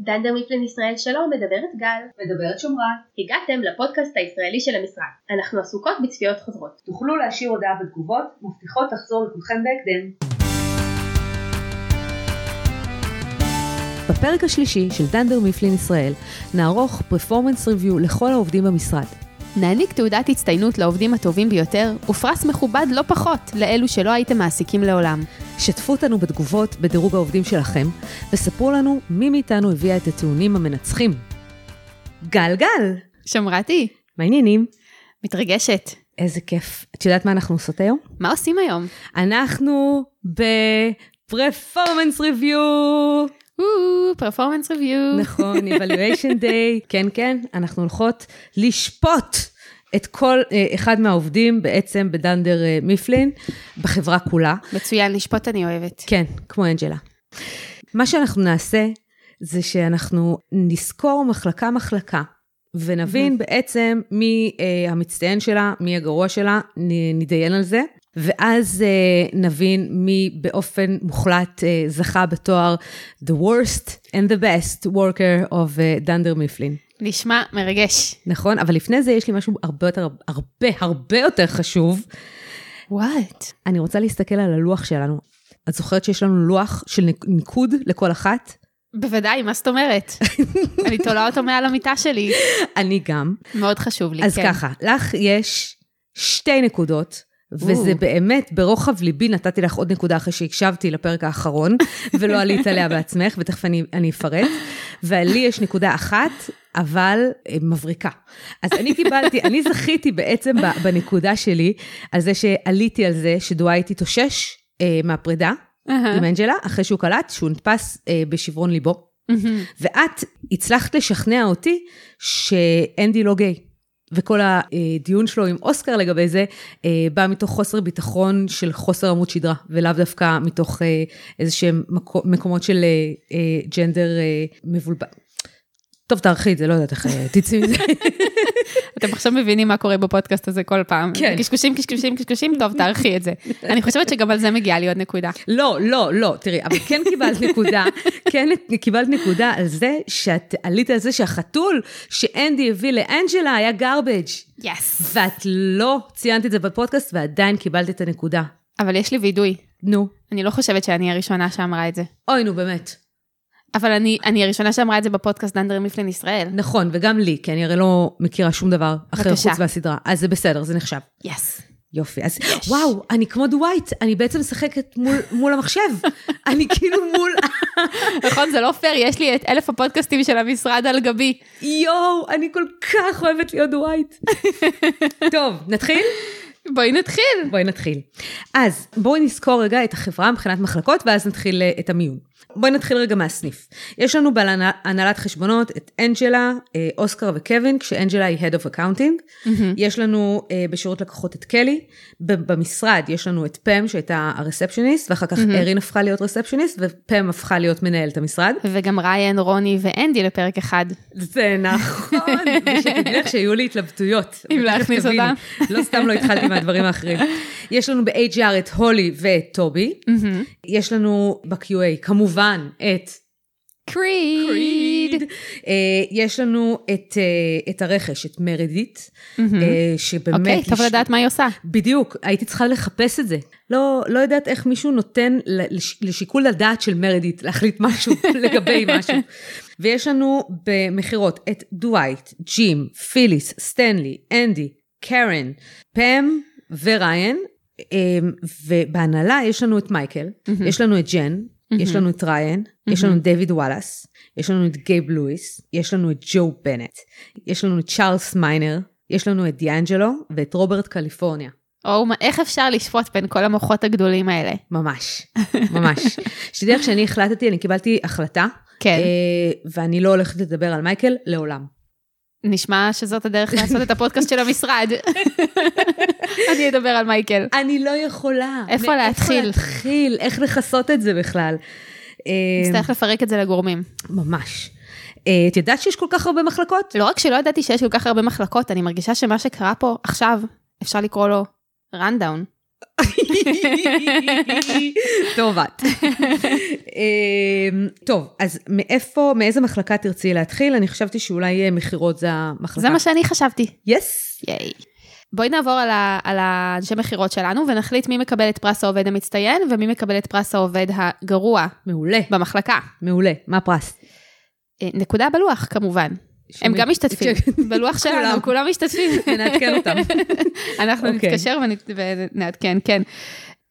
דנדר מפלן ישראל שלום, מדברת גל. מדברת שומרת. הגעתם לפודקאסט הישראלי של המשרד. אנחנו עסוקות בצפיות חוזרות. תוכלו להשאיר הודעה בתגובות, מבטיחות לחזור לכולכם בהקדם. בפרק השלישי של דנדר מיפלין ישראל נערוך פרפורמנס ריוויו לכל העובדים במשרד. נעניק תעודת הצטיינות לעובדים הטובים ביותר, ופרס מכובד לא פחות לאלו שלא הייתם מעסיקים לעולם. שתפו אותנו בתגובות בדירוג העובדים שלכם, וספרו לנו מי מאיתנו הביאה את הטיעונים המנצחים. גל גל! שמרתי, מה העניינים? מתרגשת. איזה כיף. את יודעת מה אנחנו עושות היום? מה עושים היום? אנחנו בפרפורמנס ריוויו! פרפורמנס ריוויו. נכון, evaluation day, כן, כן, אנחנו הולכות לשפוט את כל אה, אחד מהעובדים בעצם בדנדר אה, מיפלין, בחברה כולה. מצוין, לשפוט אני אוהבת. כן, כמו אנג'לה. מה שאנחנו נעשה זה שאנחנו נסקור מחלקה-מחלקה. ונבין בעצם מי אה, המצטיין שלה, מי הגרוע שלה, נ- נתדיין על זה. ואז אה, נבין מי באופן מוחלט אה, זכה בתואר The worst and the best worker of אה, דנדר מיפלין. נשמע מרגש. נכון? אבל לפני זה יש לי משהו הרבה יותר, הרבה, הרבה יותר חשוב. וואט. אני רוצה להסתכל על הלוח שלנו. את זוכרת שיש לנו לוח של ניק- ניקוד לכל אחת? בוודאי, מה זאת אומרת? אני תולה אותו מעל המיטה שלי. אני גם. מאוד חשוב לי, אז כן. ככה, לך יש שתי נקודות. וזה או. באמת, ברוחב ליבי נתתי לך עוד נקודה אחרי שהקשבתי לפרק האחרון, ולא עלית עליה בעצמך, ותכף אני, אני אפרט. ולי יש נקודה אחת, אבל אה, מבריקה. אז אני קיבלתי, אני זכיתי בעצם ב- בנקודה שלי, על זה שעליתי על זה שדווייט התאושש אה, מהפרידה אהה. עם אנג'לה, אחרי שהוא קלט שהוא נתפס אה, בשברון ליבו. מהמם. ואת הצלחת לשכנע אותי שאנדי לא גיי. וכל הדיון שלו עם אוסקר לגבי זה, אה, בא מתוך חוסר ביטחון של חוסר עמוד שדרה, ולאו דווקא מתוך אה, איזה שהם מקו- מקומות של אה, אה, ג'נדר אה, מבולבל. טוב, תערכי את זה, לא יודעת איך אה, תצאי מזה. אתם עכשיו מבינים מה קורה בפודקאסט הזה כל פעם. כן. קשקושים, קשקושים, קשקושים, טוב, תערכי את זה. אני חושבת שגם על זה מגיעה לי עוד נקודה. לא, לא, לא, תראי, אבל כן קיבלת נקודה, כן קיבלת נקודה על זה שאת עלית על זה שהחתול שאנדי הביא לאנג'לה היה garbage. יס. ואת לא ציינת את זה בפודקאסט ועדיין קיבלת את הנקודה. אבל יש לי וידוי. נו. אני לא חושבת שאני הראשונה שאמרה את זה. אוי, נו, באמת. אבל אני, אני הראשונה שאמרה את זה בפודקאסט דנדר מיפלין ישראל. נכון, וגם לי, כי אני הרי לא מכירה שום דבר אחר בבקשה. חוץ מהסדרה. אז זה בסדר, זה נחשב. יס. יופי. אז וואו, אני כמו דווייט, אני בעצם משחקת מול, מול המחשב. אני כאילו מול... נכון, זה לא פייר, יש לי את אלף הפודקאסטים של המשרד על גבי. יואו, אני כל כך אוהבת להיות דווייט. טוב, נתחיל? בואי נתחיל. בואי נתחיל. אז בואי נזכור רגע את החברה מבחינת מחלקות, ואז נתחיל אה, את המיון. בואי נתחיל רגע מהסניף. יש לנו בהנהלת חשבונות את אנג'לה, אה, אוסקר וקווין, כשאנג'לה היא Head of Accounting. יש לנו אה, בשירות לקוחות את קלי, ב- במשרד יש לנו את פם שהייתה הרספשניסט, ואחר כך מהמם. ארין הפכה להיות רספשניסט, ופם הפכה להיות מנהלת המשרד. וגם ריין, רוני ואנדי לפרק אחד. זה נכון, ושתדעי לך שהיו לי התלבטויות. אם אבל תכף להכניס תביני. אותה. לא סתם לא התחלתי מהדברים האחרים. יש לנו ב-HR את הולי ואת טובי. יש לנו ב-QA כמובן את קריד. אה, יש לנו את, אה, את הרכש, את מרדית, אה, שבאמת... Mm-hmm. אוקיי, טוב לש- לדעת מה היא עושה. בדיוק, הייתי צריכה לחפש את זה. לא, לא יודעת איך מישהו נותן ל- לש- לשיקול הדעת של מרדית להחליט משהו לגבי משהו. ויש לנו במכירות את דווייט, ג'ים, פיליס, סטנלי, אנדי, קרן, פם וריין. אמ, ובהנהלה יש לנו את מייקל, מהמם. יש לנו את ג'ן, Mm-hmm. יש לנו את ריין, יש לנו את דיוויד וואלאס, יש לנו את גייב לואיס, יש לנו את ג'ו בנט, יש לנו את צ'ארלס מיינר, יש לנו את דיאנג'לו ואת רוברט קליפורניה. או מה- איך אפשר לשפוט בין כל המוחות הגדולים האלה? ממש, ממש. שתדעי לך שאני החלטתי, אני קיבלתי החלטה, כן, אה, ואני לא הולכת לדבר על מייקל לעולם. נשמע שזאת הדרך לעשות את הפודקאסט של המשרד. אני אדבר על מייקל. אני לא יכולה. איפה מאיפה להתחיל? להתחיל? איך לכסות את זה בכלל? אה, נצטרך לפרק את זה לגורמים. ממש. אה, את יודעת שיש כל כך הרבה מחלקות? לא רק שלא ידעתי שיש כל כך הרבה מחלקות, אני מרגישה שמה שקרה פה עכשיו, אפשר לקרוא לו rundown. טוב את. אמ, טוב, אז מאיפה, מאיזה מחלקה תרצי להתחיל? אני חשבתי שאולי אה, מכירות זה המחלקה. זה מה שאני חשבתי. יס. ייי. בואי נעבור על, ה, על האנשי מכירות שלנו ונחליט מי מקבל את פרס העובד המצטיין ומי מקבל את פרס העובד הגרוע מעולה, במחלקה. מעולה. מה הפרס? אה, נקודה בלוח כמובן. הם שמי- גם משתתפים. בלוח כולם. שלנו, כולם משתתפים. נעדכן אותם. אנחנו אוקיי. נתקשר ונ- ונעדכן, כן.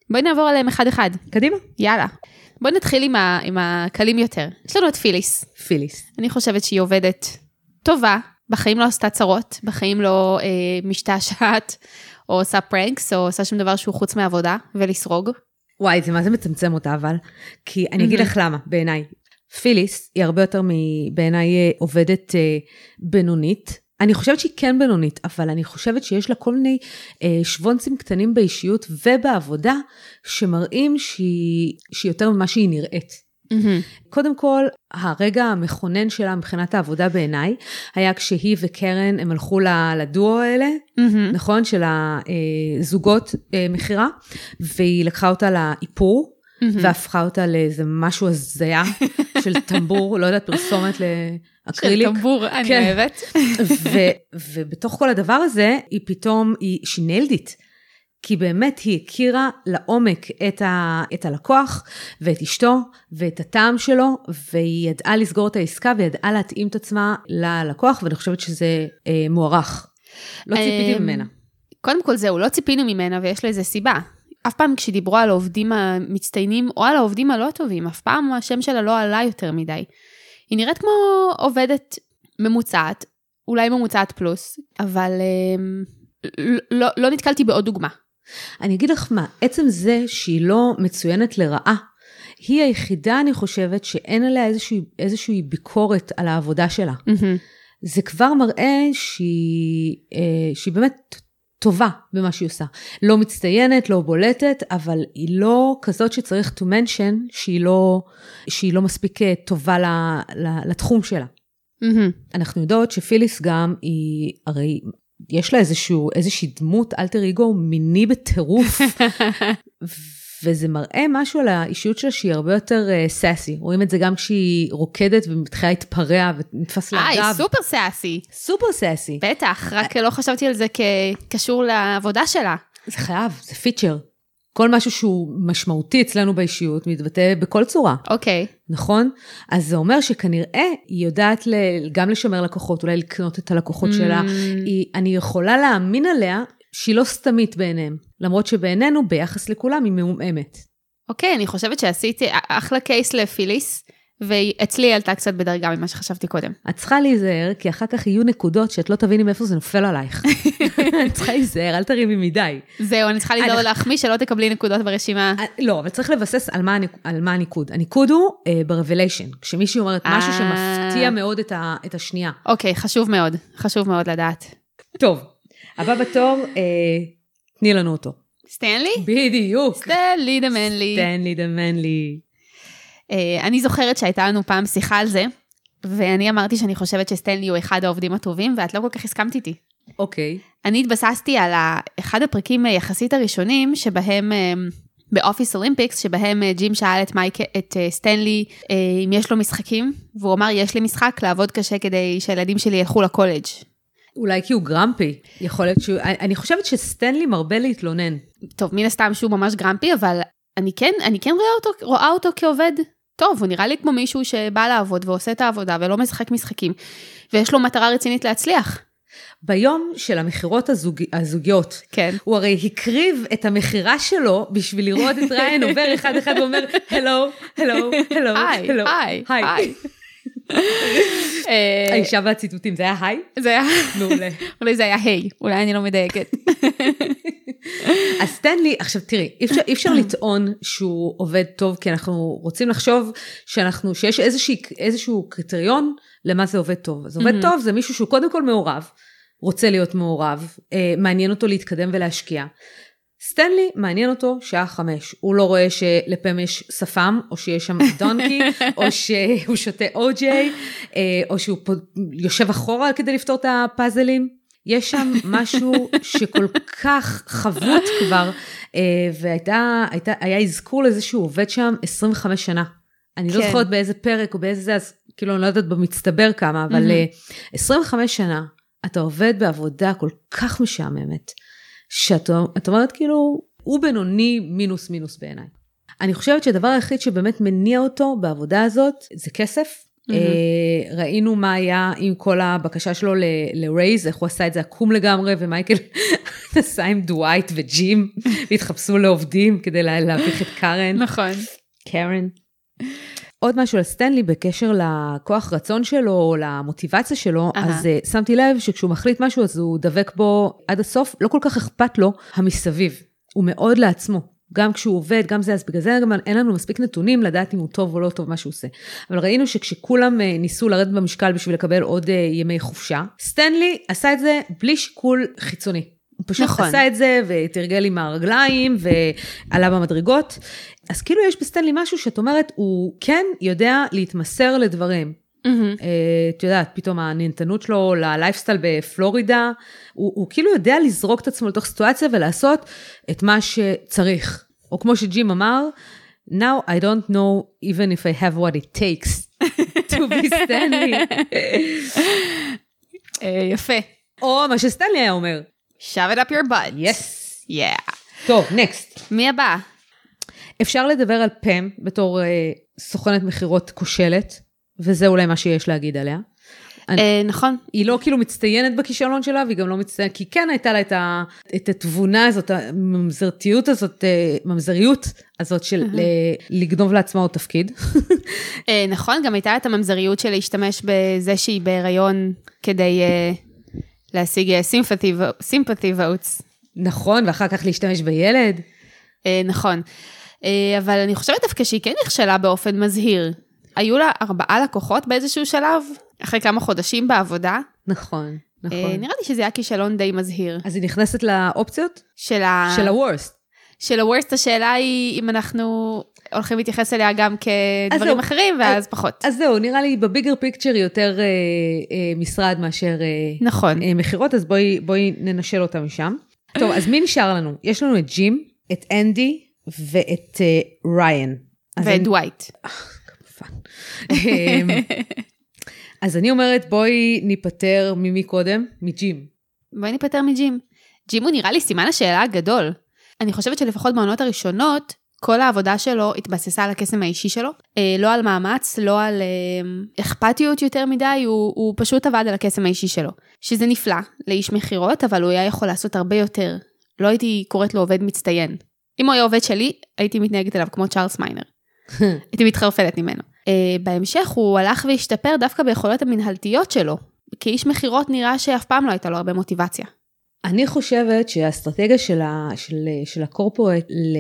בואי נעבור עליהם אחד-אחד, קדימה. יאללה. בואי נתחיל עם, ה, עם הקלים יותר. יש לנו את פיליס. פיליס. אני חושבת שהיא עובדת טובה, בחיים לא עשתה צרות, בחיים לא אה, משתעשעת, או עושה פרנקס, או עושה שום דבר שהוא חוץ מעבודה, ולסרוג. וואי, זה מה זה מצמצם אותה אבל. כי אני אגיד Mhm. לך למה, בעיניי. פיליס היא הרבה יותר מבעיניי אה, עובדת אה, בינונית. אני חושבת שהיא כן בינונית, אבל אני חושבת שיש לה כל מיני אה, שוונצים קטנים באישיות ובעבודה, שמראים שהיא, שהיא יותר ממה שהיא נראית. קודם כל, הרגע המכונן שלה מבחינת העבודה בעיניי, היה כשהיא וקרן, הם הלכו ל- לדואו האלה, מהמם. נכון? של הזוגות אה, מכירה, והיא לקחה אותה לאיפור, מהמם. והפכה אותה לאיזה משהו הזיה של טמבור, לא יודעת, פרסומת לאקריליק. של טמבור, אני כן. אוהבת. ו- ובתוך כל הדבר הזה, היא פתאום, היא שינלדית. כי באמת היא הכירה לעומק את, ה, את הלקוח ואת אשתו ואת הטעם שלו, והיא ידעה לסגור את העסקה וידעה להתאים את עצמה ללקוח, ואני חושבת שזה אה, מוערך. לא ציפיתי אה, ממנה. קודם כל זהו, לא ציפינו ממנה ויש לזה סיבה. אף פעם כשדיברו על העובדים המצטיינים או על העובדים הלא טובים, אף פעם השם שלה לא עלה יותר מדי. היא נראית כמו עובדת ממוצעת, אולי ממוצעת פלוס, אבל אמ, לא, לא, לא נתקלתי בעוד דוגמה. אני אגיד לך מה, עצם זה שהיא לא מצוינת לרעה, היא היחידה, אני חושבת, שאין עליה איזושהי, איזושהי ביקורת על העבודה שלה. זה כבר מראה שהיא, אה, שהיא באמת טובה במה שהיא עושה. לא מצטיינת, לא בולטת, אבל היא לא כזאת שצריך to mention שהיא לא, שהיא לא מספיק אה, טובה ל, ל, לתחום שלה. מהמם. אנחנו יודעות שפיליס גם היא, הרי יש לה איזשהו, איזושהי דמות אלטר אגו מיני בטירוף, וזה מראה משהו על האישיות שלה שהיא הרבה יותר אה, סאסי. רואים את זה גם כשהיא רוקדת ומתחילה להתפרע ונתפס אה, היא לאגב. סופר סאסי, סופר סאסי. בטח, רק אה- לא חשבתי על זה כקשור לעבודה שלה. זה חייב, זה פיצ'ר. כל משהו שהוא משמעותי אצלנו באישיות מתבטא בכל צורה, אוקיי. נכון? אז זה אומר שכנראה היא יודעת ל, גם לשמר לקוחות, אולי לקנות את הלקוחות שלה. אמ, היא, אני יכולה להאמין עליה שהיא לא סתמית בעיניהם, למרות שבעינינו, ביחס לכולם, היא מעומעמת. אוקיי, אני חושבת שעשיתי אחלה קייס לפיליס, ואצלי היא עלתה קצת בדרגה ממה שחשבתי קודם. את צריכה להיזהר, כי אחר כך יהיו נקודות שאת לא תביני מאיפה זה נופל עלייך. את צריכה להיזהר, אל תרימי מדי. זהו, אני צריכה לדאוג אנחנו- להחמיא שלא תקבלי נקודות ברשימה. אה, לא, אבל צריך לבסס על מה, הניק- על מה הניקוד. הניקוד הוא אה, ברבליישן, כשמישהי אומרת משהו אה. שמפתיע מאוד את, ה, את השנייה. אוקיי, חשוב מאוד, חשוב מאוד לדעת. טוב, הבא בתור, אה, תני לנו אותו. סטנלי? אוקיי. בדיוק. סטנלי דמנלי. סטנלי דמנלי. אה, אני זוכרת שהייתה לנו פעם שיחה על זה, ואני אמרתי שאני חושבת שסטנלי הוא אחד העובדים הטובים, ואת לא כל כך הסכמת איתי. אוקיי. אני התבססתי על ה- אחד הפרקים אה, יחסית הראשונים שבהם... אה, באופיס אולימפיקס, שבהם אה, ג'ים שאל את, מייק, את אה, סטנלי אה, אם יש לו משחקים, והוא אמר, יש לי משחק לעבוד קשה כדי שהילדים שלי ילכו לקולג'. אולי כי הוא גרמפי. יכול להיות שהוא... אני אני חושבת שסטנלי מרבה להתלונן. טוב, מן הסתם שהוא ממש גרמפי, אבל אני כן, אני כן רואה אותו, רואה אותו כעובד טוב, הוא נראה לי כמו מישהו שבא לעבוד ועושה את העבודה ולא משחק משחקים, ויש לו מטרה רצינית להצליח. ביום של המכירות הזוג... הזוגיות, כן. הוא הרי הקריב את המכירה שלו בשביל לראות את ריין עובר אחד אחד ואומר, הלו, הלו, הלו, היי, הלו. היי, לא, היי. היי. אה, האישה והציטוטים, זה היה היי? זה היה, מעולה. אולי זה היה היי, אולי אני לא מדייקת. אז סטנלי, עכשיו תראי, אי אפשר, אי אפשר לטעון שהוא עובד טוב, כי אנחנו רוצים לחשוב שאנחנו, שיש איזושהי, איזשהו קריטריון למה זה עובד טוב. אז עובד Mhm. טוב זה מישהו שהוא קודם כל מעורב, רוצה להיות מעורב, אה, מעניין אותו להתקדם ולהשקיע. סטנלי, מעניין אותו שעה חמש. הוא לא רואה שלפם יש שפם, או שיש שם דונקי, או שהוא שותה או-ג'יי, אה, או שהוא פה, יושב אחורה כדי לפתור את הפאזלים. יש שם משהו שכל כך חבוט כבר, אה, והיה אזכור לזה שהוא עובד שם 25 שנה. אני כן. לא כן. זוכרת באיזה פרק או באיזה זה, אז כאילו אני לא יודעת במצטבר כמה, אבל מהמם. אה, 25 שנה אתה עובד בעבודה כל כך משעממת, שאת את אומרת כאילו, הוא בינוני מינוס מינוס בעיניי. אני חושבת שהדבר היחיד שבאמת מניע אותו בעבודה הזאת זה כסף. מהמם. אה, ראינו מה היה עם כל הבקשה שלו ל- ל-raise, איך הוא עשה את זה עקום לגמרי, ומייקל נסע עם דווייט וג'ים, והתחפשו לעובדים כדי לה- להביך את קארן. נכון. קרן. עוד משהו על סטנלי בקשר לכוח רצון שלו, או למוטיבציה שלו, אהה. אז אה, שמתי לב שכשהוא מחליט משהו אז הוא דבק בו עד הסוף, לא כל כך אכפת לו המסביב, הוא מאוד לעצמו. גם כשהוא עובד, גם זה, אז בגלל זה גם אין לנו מספיק נתונים לדעת אם הוא טוב או לא טוב מה שהוא עושה. אבל ראינו שכשכולם אה, ניסו לרדת במשקל בשביל לקבל עוד אה, ימי חופשה, סטנלי עשה את זה בלי שיקול חיצוני. הוא פשוט נכון. עשה את זה ותרגל עם הרגליים ועלה במדרגות. אז כאילו יש בסטנלי משהו שאת אומרת, הוא כן יודע להתמסר לדברים. מהמם. אה, את יודעת, פתאום הנהנתנות שלו ללייפסטייל בפלורידה, הוא, הוא כאילו יודע לזרוק את עצמו לתוך סיטואציה ולעשות את מה שצריך. או כמו שג'ים אמר, Now I don't know even if I have what it takes to be Stanley. אה, יפה. או מה שסטנלי היה אומר, shove it up your butt. יס. Yes. Yeah. טוב, נקסט. מי הבא? אפשר לדבר על פם בתור אה, סוכנת מכירות כושלת, וזה אולי מה שיש להגיד עליה. אני- אה, נכון. היא לא כאילו מצטיינת בכישלון שלה, והיא גם לא מצטיינת, כי כן הייתה לה את, ה, את התבונה הזאת, הממזרתיות הזאת, אה, ממזריות הזאת של ל, לגנוב לעצמה עוד תפקיד. אה, נכון, גם הייתה את הממזריות של להשתמש בזה שהיא בהיריון כדי אה, להשיג אה, sympathy vo- sympathy votes. נכון, ואחר כך להשתמש בילד. אה, נכון. אה, אבל אני חושבת דווקא שהיא כן נכשלה באופן מזהיר. היו לה ארבעה לקוחות באיזשהו שלב, אחרי כמה חודשים בעבודה. נכון, נכון. אה, נראה לי שזה היה כישלון די מזהיר. אז היא נכנסת לאופציות של ה... של ה-Worst. של הוורסט, השאלה היא אם אנחנו הולכים להתייחס אליה גם כדברים זהו. אחרים, ואז פחות. אז זהו, נראה לי בביגר פיקצ'ר יותר אה, אה, משרד מאשר אה, נכון. אה, מכירות, אז בואי, בואי ננשל אותה משם. טוב, אז מי נשאר לנו? יש לנו את ג'ים, את אנדי ואת אה, ריין. אז אני- ודווייט. כמובן. אמ, אז אני אומרת, בואי ניפטר ממי קודם? מג'ים. בואי ניפטר מג'ים. ג'ים הוא נראה לי סימן השאלה הגדול. אני חושבת שלפחות בעונות הראשונות, כל העבודה שלו התבססה על הקסם האישי שלו. אה, לא על מאמץ, לא על אה, אכפתיות יותר מדי, הוא, הוא פשוט עבד על הקסם האישי שלו. שזה נפלא לאיש מכירות, אבל הוא היה יכול לעשות הרבה יותר. לא הייתי קוראת לו עובד מצטיין. אם הוא היה עובד שלי, הייתי מתנהגת אליו כמו צ'ארלס מיינר. הייתי מתחרפנת ממנו. אה, בהמשך הוא הלך והשתפר דווקא ביכולות המנהלתיות שלו. כאיש מכירות נראה שאף פעם לא הייתה לו הרבה מוטיבציה. אני חושבת שהאסטרטגיה של, ה, של, של הקורפורט ל,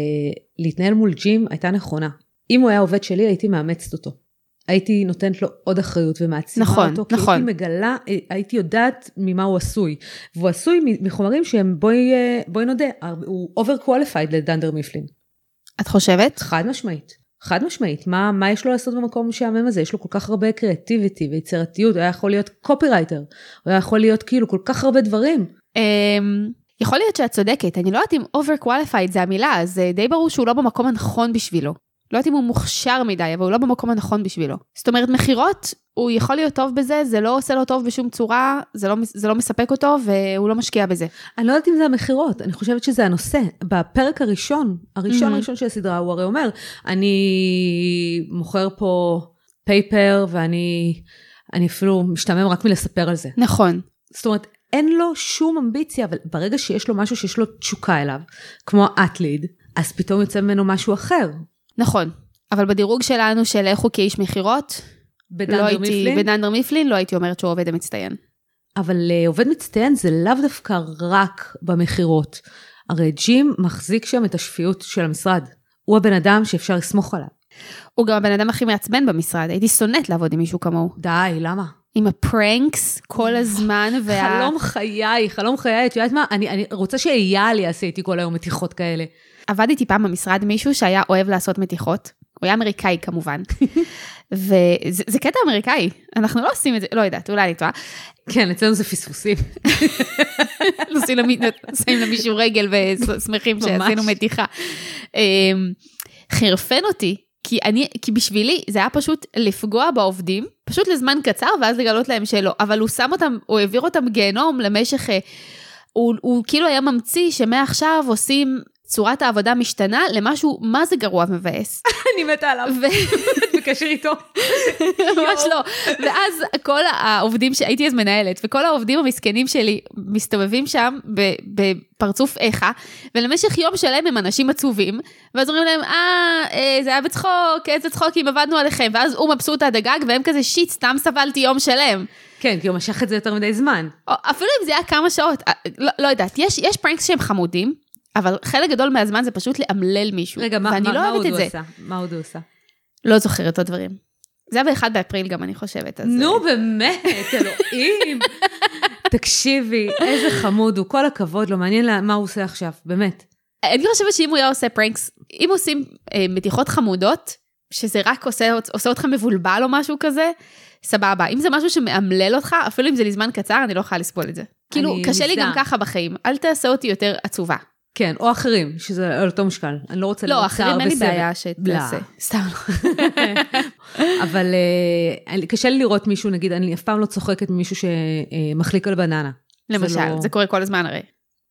להתנהל מול ג'ים הייתה נכונה. אם הוא היה עובד שלי, הייתי מאמצת אותו. הייתי נותנת לו עוד אחריות ומעצימה נכון, אותו, כי נכון. הייתי מגלה, הייתי יודעת ממה הוא עשוי. והוא עשוי מ- מחומרים שהם, בואי, אה, בואי נודה, הר- הוא over qualified לדנדר מיפלין. את חושבת? חד משמעית. חד משמעית, מה, מה יש לו לעשות במקום המשעמם הזה? יש לו כל כך הרבה קריאטיביטי ויצירתיות, הוא היה יכול להיות קופירייטר, הוא היה יכול להיות כאילו כל כך הרבה דברים. אמ, יכול להיות שאת צודקת, אני לא יודעת אם over qualified זה המילה, אז אה, די ברור שהוא לא במקום הנכון בשבילו. לא יודעת אם הוא מוכשר מדי, אבל הוא לא במקום הנכון בשבילו. זאת אומרת, מכירות, הוא יכול להיות טוב בזה, זה לא עושה לו טוב בשום צורה, זה לא, מס- זה לא מספק אותו, והוא לא משקיע בזה. אני לא יודעת אם זה המכירות, אני חושבת שזה הנושא. בפרק הראשון, הראשון מהמם. הראשון של הסדרה, הוא הרי אומר, אני מוכר פה פייפר ואני אני אפילו משתעמם רק מלספר על זה. נכון. זאת אומרת, אין לו שום אמביציה, אבל ברגע שיש לו משהו שיש לו תשוקה אליו, כמו האטליד, אז פתאום יוצא ממנו משהו אחר. נכון. אבל בדירוג שלנו של איך הוא כאיש מכירות, לא בדנדר הייתי, מיפלין? בדנדר מיפלין לא הייתי אומרת שהוא עובד המצטיין. אבל אה, עובד מצטיין זה לאו דווקא רק במכירות. הרי ג'ים מחזיק שם את השפיות של המשרד. הוא הבן אדם שאפשר לסמוך עליו. הוא גם הבן אדם הכי מעצבן במשרד, הייתי שונאת לעבוד עם מישהו כמוהו. די, למה? עם הפרנקס כל הזמן, וה... חלום חיי, חלום חיי, את יודעת מה? אני, אני רוצה שאייל יעשה איתי כל היום מתיחות כאלה. עבד איתי פעם במשרד מישהו שהיה אוהב לעשות מתיחות. הוא היה אמריקאי כמובן. וזה זה קטע אמריקאי, אנחנו לא עושים את זה, לא יודעת, אולי אני טועה. כן, אצלנו זה פספוסים. עושים למי- שמים למישהו רגל ושמחים ממש. שעשינו מתיחה. אמ, חירפן אותי, כי, אני, כי בשבילי זה היה פשוט לפגוע בעובדים, פשוט לזמן קצר, ואז לגלות להם שלא. אבל הוא שם אותם, הוא העביר אותם גיהנום למשך... אה, הוא, הוא כאילו היה ממציא שמעכשיו עושים... צורת העבודה משתנה למשהו מה זה גרוע ומבאס. אני מתה עליו, ו... את בקשר איתו. ממש לא. ואז כל העובדים, ש- הייתי אז מנהלת, וכל העובדים המסכנים שלי מסתובבים שם ב- בפרצוף איכה, ולמשך יום שלם הם אנשים עצובים, ואז אומרים להם, אה, אה, זה היה בצחוק, איזה צחוקים, עבדנו עליכם, ואז הוא מבסוט עד הגג, והם כזה, שיט, סתם סבלתי יום שלם. כן, כי הוא משך את זה יותר מדי זמן. או- אפילו אם זה היה כמה שעות, אה, לא, לא יודעת, יש, יש פרנקס שהם חמודים. אבל חלק גדול מהזמן זה פשוט לאמלל מישהו. רגע, מה ואני מה- לא מה אוהבת עוד את הוא זה. עשה? מה עוד הוא עשה? לא זוכרת עוד דברים. זה היה באחד באפריל גם, אני חושבת. אז, אה, נו באמת, אלוהים. תקשיבי, איזה חמוד הוא, כל הכבוד לו, מעניין לה- מה הוא עושה עכשיו, באמת. אני חושבת שאם הוא היה עושה פרנקס, אם עושים אה, מתיחות חמודות, שזה רק עושה, עושה אותך מבולבל או משהו כזה, סבבה. אם זה משהו שמאמלל אותך, אפילו אם זה לזמן קצר, אני לא יכולה לסבול את זה. כאילו, קשה לי גם מזדהה. ככה בחיים, אל תעשה אותי יותר עצובה. כן. או אחרים, שזה על אותו משקל, אני לא רוצה לא, להיות צער אחרים אין לי וסבל. בעיה שתעשה. לא. סתם לא. אבל אה, אני- קשה לי לראות מישהו, נגיד, אני אף פעם לא צוחקת ממישהו שמחליק על בננה. למשל, לא- זה קורה כל הזמן הרי.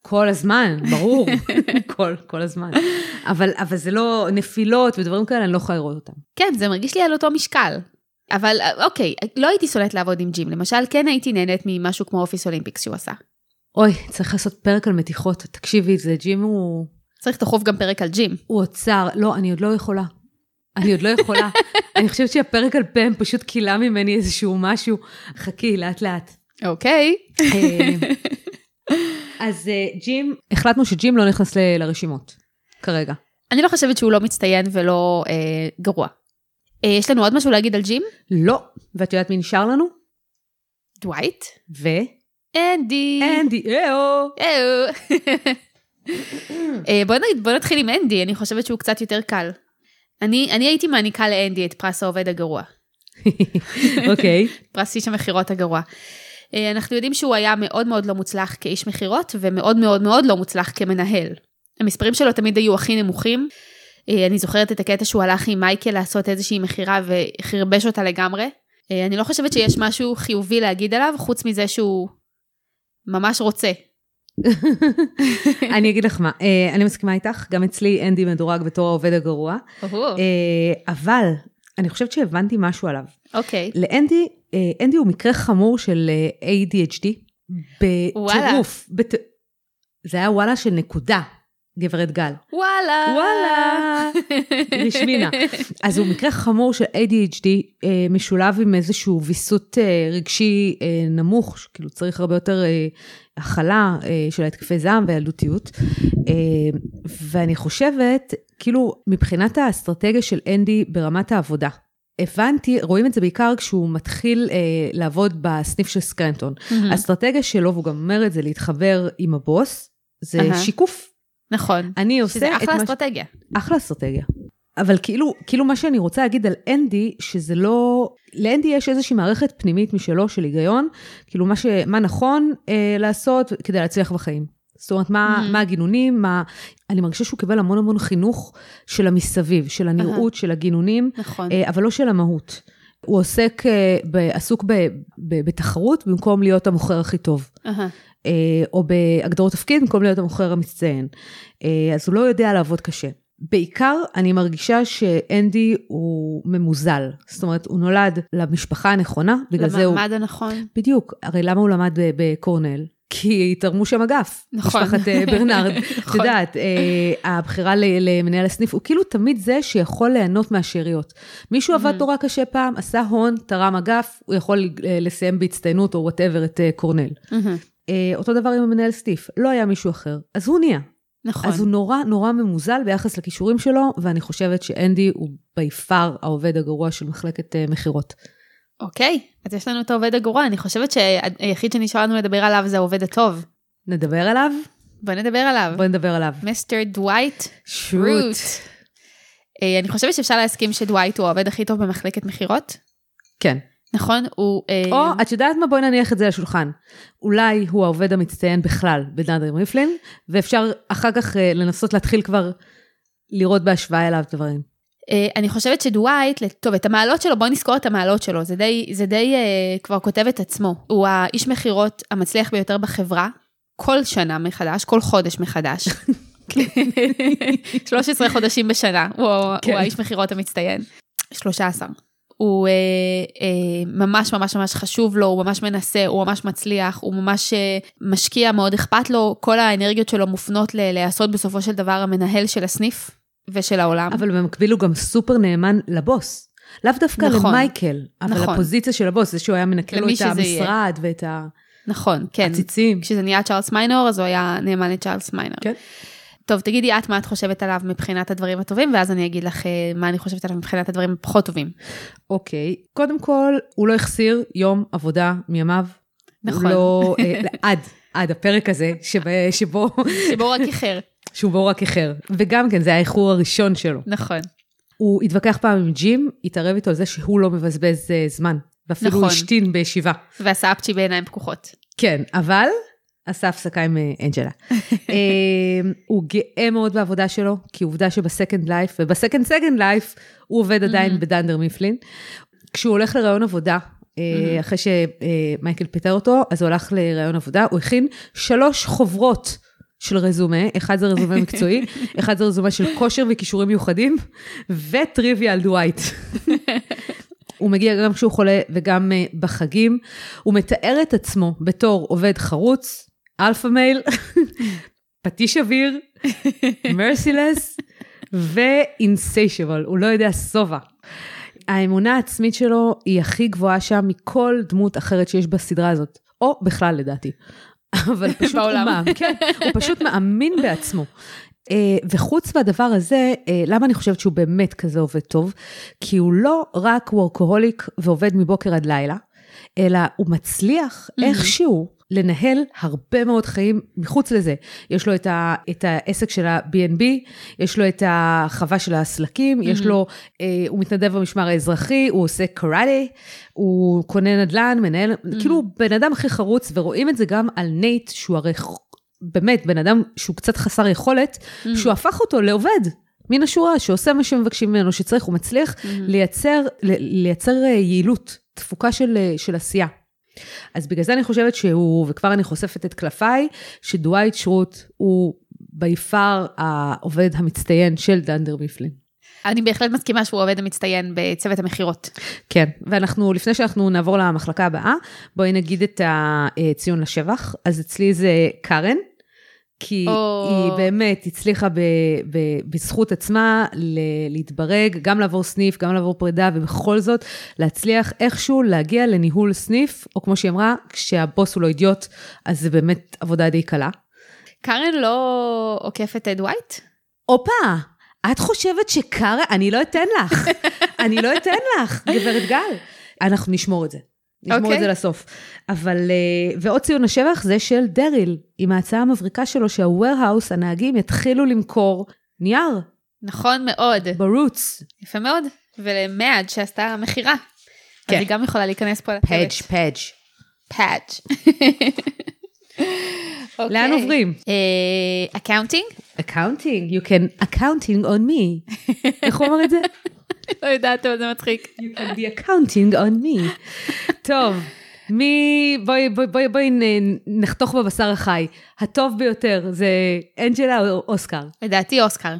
כל הזמן, ברור, כל, כל הזמן. אבל, אבל זה לא, נפילות ודברים כאלה, אני לא יכולה לראות אותם. כן, זה מרגיש לי על אותו משקל. אבל אה, אוקיי, לא הייתי שונאת לעבוד עם ג'ים. למשל, כן הייתי נהנית ממשהו כמו אופיס אולימפיקס שהוא עשה. אוי, צריך לעשות פרק על מתיחות, תקשיבי, זה ג'ים הוא... צריך תכוף גם פרק על ג'ים. הוא אוצר, לא, אני עוד לא יכולה. אני עוד לא יכולה. אני חושבת שהפרק על פם פשוט קילה ממני איזשהו משהו. חכי, לאט לאט. אוקיי. אה, אז אה, ג'ים, החלטנו שג'ים לא נכנס ל- לרשימות, כרגע. אני לא חושבת שהוא לא מצטיין ולא אה, גרוע. אה, יש לנו עוד משהו להגיד על ג'ים? לא. ואת יודעת מי נשאר לנו? דווייט? ו... אנדי. אנדי, אהו. אהו. אה, בוא, נגיד, בוא נתחיל עם אנדי, אני חושבת שהוא קצת יותר קל. אני, אני הייתי מעניקה לאנדי את פרס העובד הגרוע. אוקיי. פרס איש המכירות הגרוע. אה, אנחנו יודעים שהוא היה מאוד מאוד לא מוצלח כאיש מכירות, ומאוד מאוד מאוד לא מוצלח כמנהל. המספרים שלו תמיד היו הכי נמוכים. אה, אני זוכרת את הקטע שהוא הלך עם מייקל לעשות איזושהי מכירה וחרבש אותה לגמרי. אה, אני לא חושבת שיש משהו חיובי להגיד עליו, חוץ מזה שהוא ממש רוצה. אני אגיד לך מה, אה, אני מסכימה איתך, גם אצלי אנדי מדורג בתור העובד הגרוע, אה, אבל אני חושבת שהבנתי משהו עליו. אוקיי. לאנדי, אה, אנדי הוא מקרה חמור של אה, ADHD, וואלה. בטירוף. בת... זה היה וואלה של נקודה, גברת גל. וואלה. וואלה. רשמינה. אז הוא מקרה חמור של ADHD, אה, משולב עם איזשהו ויסות אה, רגשי אה, נמוך, שכאילו צריך הרבה יותר אה, הכלה אה, של התקפי זעם וילדותיות. אה, ואני חושבת, כאילו, מבחינת האסטרטגיה של אנדי ברמת העבודה, הבנתי, רואים את זה בעיקר כשהוא מתחיל אה, לעבוד בסניף של סקרנטון. מהמם. האסטרטגיה שלו, והוא גם אומר את זה, להתחבר עם הבוס, זה אהה. שיקוף. נכון. אני עושה את שזה מה... אחלה ש- אסטרטגיה. אחלה אסטרטגיה. אבל כאילו, כאילו מה שאני רוצה להגיד על אנדי, שזה לא... לאנדי יש איזושהי מערכת פנימית משלו של היגיון, כאילו מה, ש, מה נכון אה, לעשות כדי להצליח בחיים. זאת אומרת, מה, Mhm. mm. מה הגינונים, מה... אני מרגישה שהוא קיבל המון המון חינוך של המסביב, של הנראות, של הגינונים, נכון. אה, אבל לא של המהות. הוא עוסק, אה, ב, עסוק ב, ב, בתחרות במקום להיות המוכר הכי טוב. אהה. אה, או בהגדרות תפקיד במקום להיות המוכר המצטיין. אה, אז הוא לא יודע לעבוד קשה. בעיקר אני מרגישה שאנדי הוא ממוזל. זאת אומרת, הוא נולד למשפחה הנכונה, בגלל זה הוא... למעמד הנכון. בדיוק. הרי למה הוא למד ב- בקורנל? כי תרמו שם אגף, נכון. משפחת אה, ברנרד. את נכון. יודעת, אה, הבחירה ל- למנהל הסניף, הוא כאילו תמיד זה שיכול ליהנות מהשאריות. מישהו עבד Mhm. נורא קשה פעם, עשה הון, תרם אגף, הוא יכול אה, לסיים בהצטיינות או וואטאבר את אה, קורנל. מהמם. אה, אותו דבר עם המנהל סטיף, לא היה מישהו אחר, אז הוא נהיה. נכון. אז הוא נורא נורא ממוזל ביחס לכישורים שלו, ואני חושבת שאנדי הוא בי פאר העובד הגרוע של מחלקת אה, מכירות. אוקיי, אז יש לנו את העובד הגרוע, אני חושבת שהיחיד שנשאר לנו לדבר עליו זה העובד הטוב. נדבר עליו? בוא נדבר עליו. בואי נדבר עליו. מיסטר דווייט שוט. רוט. אה, אני חושבת שאפשר להסכים שדווייט הוא העובד הכי טוב במחלקת מכירות, כן. נכון? הוא... אה, או, את יודעת מה? בואי נניח את זה לשולחן. אולי הוא העובד המצטיין בכלל בדנדר מיפלין, ואפשר אחר כך אה, לנסות להתחיל כבר לראות בהשוואה אליו דברים. אה, אני חושבת שדווייט, טוב, את המעלות שלו, בואו נזכור את המעלות שלו, זה די, זה די אה, כבר כותב את עצמו. הוא האיש מכירות המצליח ביותר בחברה, כל שנה מחדש, כל חודש מחדש. 13 חודשים בשנה, הוא, כן. הוא האיש מכירות המצטיין. 13. הוא אה, אה, ממש ממש ממש חשוב לו, הוא ממש מנסה, הוא ממש מצליח, הוא ממש אה, משקיע, מאוד אכפת לו, כל האנרגיות שלו מופנות ל- לעשות בסופו של דבר המנהל של הסניף ושל העולם. אבל במקביל הוא גם סופר נאמן לבוס. לאו דווקא נכון. למייקל, אבל נכון. לפוזיציה של הבוס, זה שהוא היה מנקה לו למי את שזה יהיה. כן. המשרד ואת נכון, כן. העציצים. כשזה נהיה צ'ארלס מיינור, אז הוא היה נאמן לצ'ארלס מיינור. כן. טוב, תגידי את מה את חושבת עליו מבחינת הדברים הטובים, ואז אני אגיד לך אה, מה אני חושבת עליו מבחינת הדברים הפחות טובים. אוקיי, קודם כל, הוא לא החסיר יום עבודה מימיו. נכון. הוא לא, אה, עד, עד הפרק הזה, שבה- שבו, שבו רק איחר. שהוא בו רק איחר. וגם כן, זה האיחור הראשון שלו. נכון. הוא התווכח פעם עם ג'ים, התערב איתו על זה שהוא לא מבזבז אה, זמן. ואפילו נכון. הוא השתין בישיבה. ועשה אפצ'י בעיניים פקוחות. כן, אבל עשה הפסקה עם אה, אנג'לה. אה, הוא גאה מאוד בעבודה שלו, כי עובדה שבסקנד לייף, ובסקנד סקנד לייף, הוא עובד עדיין Mhm. בדנדר מיפלין. כשהוא הולך לראיון עבודה, אה, Mhm. אחרי שמייקל פיטר אותו, אז הוא הלך לראיון עבודה, הוא הכין שלוש חוברות. של רזומה, אחד זה רזומה מקצועי, אחד זה רזומה של כושר וכישורים מיוחדים, וטריוויה על דווייט. הוא מגיע גם כשהוא חולה וגם אה, בחגים. הוא מתאר את עצמו בתור עובד חרוץ, אלפא מייל, פטיש אוויר, מרסילס ואינסיישבל, הוא לא יודע שובע. האמונה העצמית שלו היא הכי גבוהה שם מכל דמות אחרת שיש בסדרה הזאת, או בכלל לדעתי. אבל פשוט בעולם. הוא, מאמין, כן, הוא פשוט מאמין בעצמו. אה, וחוץ מהדבר הזה, אה, למה אני חושבת שהוא באמת כזה עובד טוב? כי הוא לא רק וורקוהוליק ועובד מבוקר עד לילה, אלא הוא מצליח Mhm. איכשהו לנהל הרבה מאוד חיים מחוץ לזה. יש לו את, ה, את העסק של ה-B&B, יש לו את החווה של הסלקים, יש Mhm. לו, אה, הוא מתנדב במשמר האזרחי, הוא עושה קראטה, הוא קונה נדל"ן, מנהל, כאילו הוא בן אדם הכי חרוץ, ורואים את זה גם על נייט, שהוא הרי ח- באמת בן אדם שהוא קצת חסר יכולת, Mm-hmm. שהוא הפך אותו לעובד. מן השורה, שעושה מה שמבקשים ממנו שצריך, הוא מצליח Mm, Mm-hmm. לייצר, ל- לייצר אה, יעילות, תפוקה של, אה, של עשייה. אז בגלל זה אני חושבת שהוא, וכבר אני חושפת את קלפיי, שדווייט שרוט הוא בי פאר העובד המצטיין של דנדר מיפלין. אני בהחלט מסכימה שהוא העובד המצטיין בצוות המכירות. כן, ואנחנו, לפני שאנחנו נעבור למחלקה הבאה, בואי נגיד את הציון לשבח. אז אצלי זה קארן, כי או. היא באמת הצליחה ב, ב, בזכות עצמה ל- להתברג, גם לעבור סניף, גם לעבור פרידה, ובכל זאת להצליח איכשהו להגיע לניהול סניף, או כמו שהיא אמרה, כשהבוס הוא לא אידיוט, אז זה באמת עבודה די קלה. קארן לא עוקפת את דווייט? הופה! את חושבת שקארה, אני לא אתן לך. אני לא אתן לך, גברת גל. אנחנו נשמור את זה. נשמור okay. את אוקיי. זה לסוף. אבל, אה, ועוד ציון השבח זה של דריל, עם ההצעה המבריקה שלו שה-Warehouse, הנהגים יתחילו למכור נייר נכון מאוד. ברוץ. יפה מאוד. ולמאד שעשתה מכירה. כן. כן. אז היא גם יכולה להיכנס פה לצוות. פאג' פאג'. פאץ'. לאן אוקיי. עוברים? אקאונטינג? אקאונטינג, you can accounting on me. איך הוא אמר את זה? לא יודעת, אבל זה מצחיק. You can be accounting on me. טוב, מי... בואי, בואי, בואי, בואי נ- נחתוך בבשר החי. הטוב ביותר זה אנג'לה או אוסקר. לדעתי אוסקר.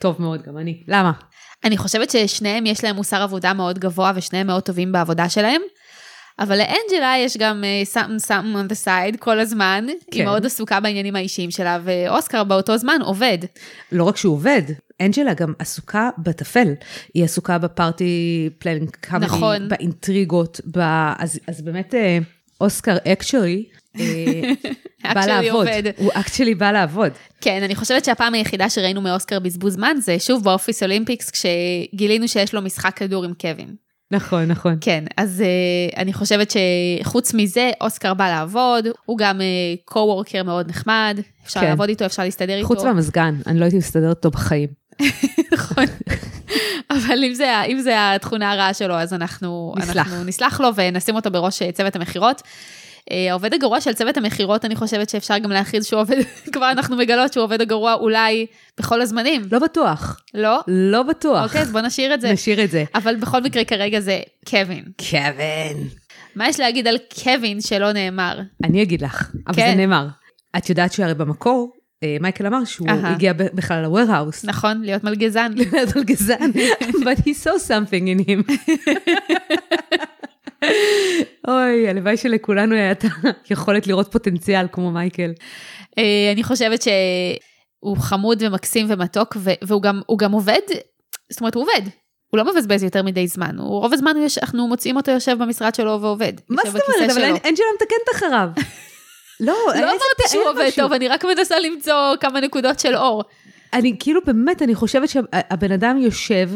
טוב מאוד, גם אני. למה? אני חושבת ששניהם יש להם מוסר עבודה מאוד גבוה ושניהם מאוד טובים בעבודה שלהם. אבל לאנג'לה יש גם אה, something something on the side כל הזמן, היא כן. מאוד עסוקה בעניינים האישיים שלה, ואוסקר באותו זמן עובד. לא רק שהוא עובד, אנג'לה גם עסוקה בטפל. היא עסוקה בפארטי פלנינג קאמרי, נכון. באינטריגות, ב... אז, אז באמת אה, אוסקר אקצ'רי בא Actually לעבוד. עובד. הוא אקצ'לי בא לעבוד. כן, אני חושבת שהפעם היחידה שראינו מאוסקר בזבוז זמן זה שוב באופיס אולימפיקס, כשגילינו שיש לו משחק כדור עם קווין. נכון, נכון. כן, אז uh, אני חושבת שחוץ מזה, אוסקר בא לעבוד, הוא גם אה, co-worker מאוד נחמד, אפשר כן. לעבוד איתו, אפשר להסתדר איתו. חוץ מהמזגן, אני לא הייתי מסתדרת אותו בחיים. נכון. אבל אם זה, אם זה התכונה הרעה שלו, אז אנחנו נסלח. אנחנו נסלח לו ונשים אותו בראש אה, צוות המכירות. אה, העובד הגרוע של צוות המכירות, אני חושבת שאפשר גם להכריז שהוא עובד, כבר אנחנו מגלות שהוא העובד הגרוע אולי בכל הזמנים. לא בטוח. לא? לא בטוח. אוקיי, אז בוא נשאיר את זה. נשאיר את זה. אבל בכל מקרה, כרגע זה קווין. קווין. מה יש להגיד על קווין שלא נאמר? אני אגיד לך, אבל כן. זה נאמר. את יודעת שהרי במקור, אה, מייקל אמר שהוא אהה. הגיע ב- בכלל ל-warehouse. נכון, להיות מלגזן. ליד על גזען, but he saw something in him. אוי, הלוואי שלכולנו הייתה יכולת לראות פוטנציאל כמו מייקל. אה, אני חושבת שהוא חמוד ומקסים ומתוק, ו- והוא גם, הוא גם עובד, זאת אומרת, הוא עובד. הוא לא מבזבז יותר מדי זמן, הוא, רוב הזמן הוא יש- אנחנו מוצאים אותו יושב במשרד שלו ועובד. מה יושב זאת אומרת? בכיסא אבל שלו. אנ- אנג'לה מתקנת אחריו. לא, לא אמרתי שהוא אין עובד משהו. טוב, אני רק מנסה למצוא כמה נקודות של אור. אני כאילו באמת, אני חושבת שהבן אדם יושב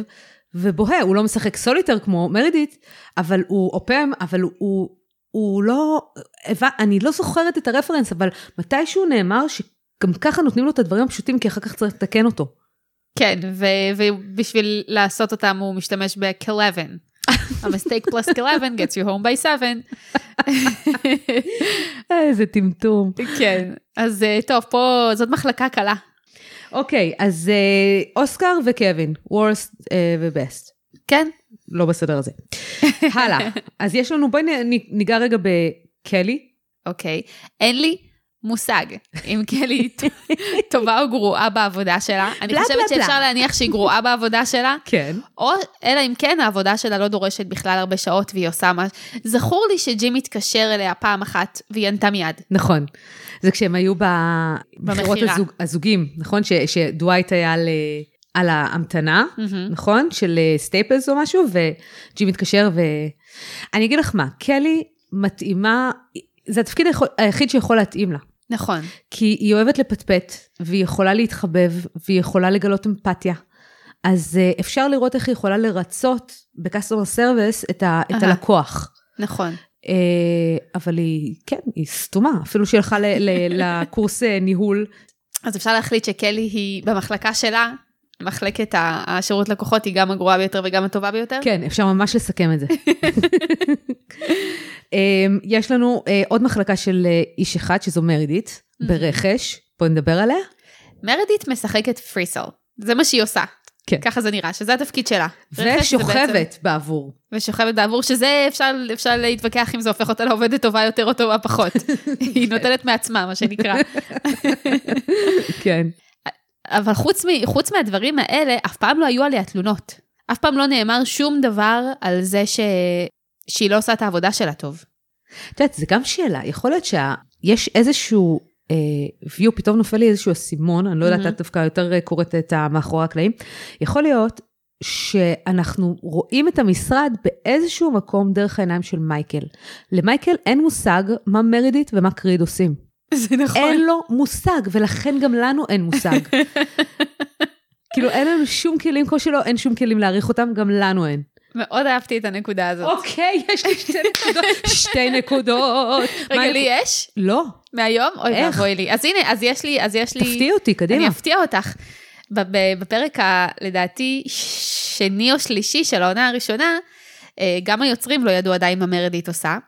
ובוהה, הוא לא משחק סוליטר כמו מרדית, אבל הוא אופם, אבל הוא, הוא לא, הבא- אני לא זוכרת את הרפרנס, אבל מתישהו נאמר שגם ככה נותנים לו את הדברים הפשוטים, כי אחר כך צריך לתקן אותו. כן, ו- ובשביל לעשות אותם הוא משתמש ב-11. A mistake plus 11 gets you home by 7. איזה טמטום. כן, אז אה, טוב, פה זאת מחלקה קלה. אוקיי, אז אה, אוסקר וקווין, וורסט ובסט. כן, לא בסדר הזה. הלאה, אז יש לנו, בואי נ- נ- ניגע רגע בקלי. אוקיי. אין לי מושג אם קלי ט- טובה או גרועה בעבודה שלה. אני בלה, חושבת בלה, בלה. שאפשר להניח שהיא גרועה בעבודה שלה, כן. או אלא אם כן העבודה שלה לא דורשת בכלל הרבה שעות והיא עושה מה... זכור לי שג'ים התקשר אליה פעם אחת והיא ענתה מיד. נכון. זה כשהם היו במכירות במכירה. הזוג, הזוגים, נכון? ש, שדווייט היה על, אה, על ההמתנה, מהמם. נכון? של אה, סטייפלס או משהו, וג'ים התקשר ו... אני אגיד לך מה, קלי מתאימה, זה התפקיד היכול- היחיד שיכול להתאים לה. נכון. כי היא אוהבת לפטפט, והיא יכולה להתחבב, והיא יכולה לגלות אמפתיה. אז אה, אפשר לראות איך היא יכולה לרצות ב-customer service את, ה, את אהה. הלקוח. נכון. אה, אבל היא, כן, היא סתומה, אפילו שהיא הלכה ל- ל- לקורס אה, ניהול. אז אפשר להחליט שקלי היא במחלקה שלה, מחלקת ה- השירות לקוחות היא גם הגרועה ביותר וגם הטובה ביותר. כן, אפשר ממש לסכם את זה. אה, יש לנו אה, עוד מחלקה של אה, איש אחד, שזו מרידית, Mm-hmm. ברכש, בואו נדבר עליה. מרדית משחקת פריסל, זה מה שהיא עושה. כן. ככה זה נראה, שזה התפקיד שלה. רכש זה בעצם- ושוכבת בעבור. ושוכבת בעבור, שזה אפשר, אפשר להתווכח אם זה הופך אותה לעובדת טובה יותר או טובה פחות. היא נותנת מעצמה, מה שנקרא. כן. אבל חוץ, מ, חוץ מהדברים האלה, אף פעם לא היו עליה תלונות. אף פעם לא נאמר שום דבר על זה ש... שהיא לא עושה את העבודה שלה טוב. את יודעת, זו גם שאלה, יכול להיות שיש איזשהו אה, view, פתאום נופל לי איזשהו אסימון, אני לא יודעת, מהמם. את דווקא יותר אה, קוראת את המאחורי הקלעים. יכול להיות שאנחנו רואים את המשרד באיזשהו מקום דרך העיניים של מייקל. למייקל אין מושג מה מרידית ומה קריד עושים. זה אין לו מושג, ולכן גם לנו אין מושג. כאילו, אין לנו שום כלים, כמו שלא אין שום כלים להעריך אותם, גם לנו אין. מאוד אהבתי את הנקודה הזאת. אוקיי, יש לי שתי נקודות. שתי נקודות. מה, רגע, לי יש? לא, מהיום? אוי איך? ואבוי לי. אז הנה, אז יש לי, אז יש לי... תפתיעי אותי, אני קדימה. אפתיע אותך. ב- ב- בפרק, ה, לדעתי, שני או שלישי של העונה הראשונה, אה, גם היוצרים לא ידעו עדיין מה מרדית עושה.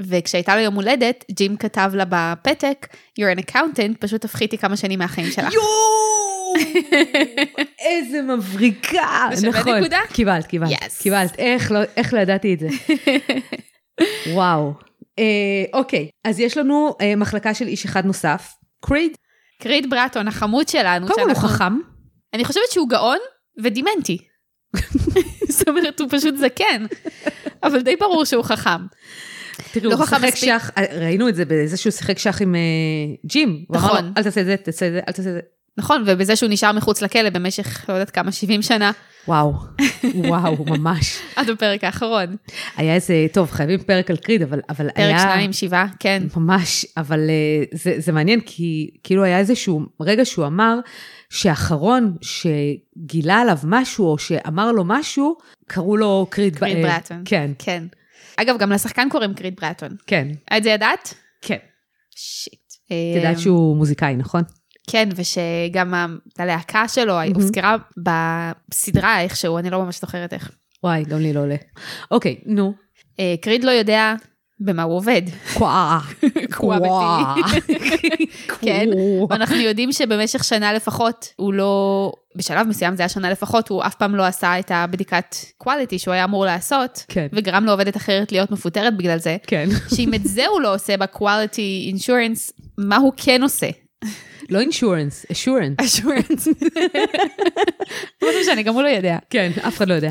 וכשהייתה לו יום הולדת, ג'ים כתב לה בפתק, You're an accountant, פשוט תפחיתי כמה שנים מהחיים שלך. יואו! איזה מבריקה. זה שווה נכון. נקודה? קיבלת, קיבלת. Yes. קיבלת, איך לא- איך לא ידעתי את זה. וואו. אה, אוקיי, אז יש לנו אה, מחלקה של איש אחד נוסף, קריד. קריד ברטון, החמוד שלנו. קודם כל הוא שאנחנו- חכם. אני חושבת שהוא גאון ודימנטי. זאת אומרת, הוא פשוט זקן, אבל די ברור שהוא חכם. תראי, לא הוא חכם שיחק מספיק. שח, אה, ראינו את זה בזה שהוא שיחק שח עם אה, ג'ים. הוא אמר לו, נכון. אל תעשה את זה, תעשה את זה, אל תעשה את זה. נכון, ובזה שהוא נשאר מחוץ לכלא במשך, לא יודעת כמה, 70 שנה, וואו, וואו, ממש. עד הפרק האחרון. היה איזה, טוב, חייבים פרק על קריד, אבל, אבל היה... פרק שניים, שבעה, כן. ממש, אבל אה, זה, זה מעניין, כי כאילו היה איזשהו רגע שהוא אמר שהאחרון שגילה עליו משהו, או שאמר לו משהו, קראו לו קריד... קריד אה, ברטון. כן, כן. אגב, גם לשחקן קוראים קריד ברטון. כן, את זה ידעת? כן. שיט. אה, אמ, את יודעת שהוא מוזיקאי, נכון? כן, ושגם ה- הלהקה שלו מהמם. הוזכרה בסדרה איכשהו, אני לא ממש זוכרת איך. וואי, גם לי לא עולה. אוקיי, נו. אה, קריד לא יודע במה הוא עובד. קוואה. קוואה ביתי. כן. קוואה. אנחנו יודעים שבמשך שנה לפחות הוא לא, בשלב מסוים זה היה שנה לפחות, הוא אף פעם לא עשה את הבדיקת quality שהוא היה אמור לעשות, כן. וגרם לעובדת אחרת להיות מפוטרת בגלל זה. כן. שאם את זה הוא לא עושה ב-quality insurance, מה הוא כן עושה? לא אינשורנס, אשורנס. assurance. לא משנה, גם הוא לא יודע. כן, אף אחד לא יודע.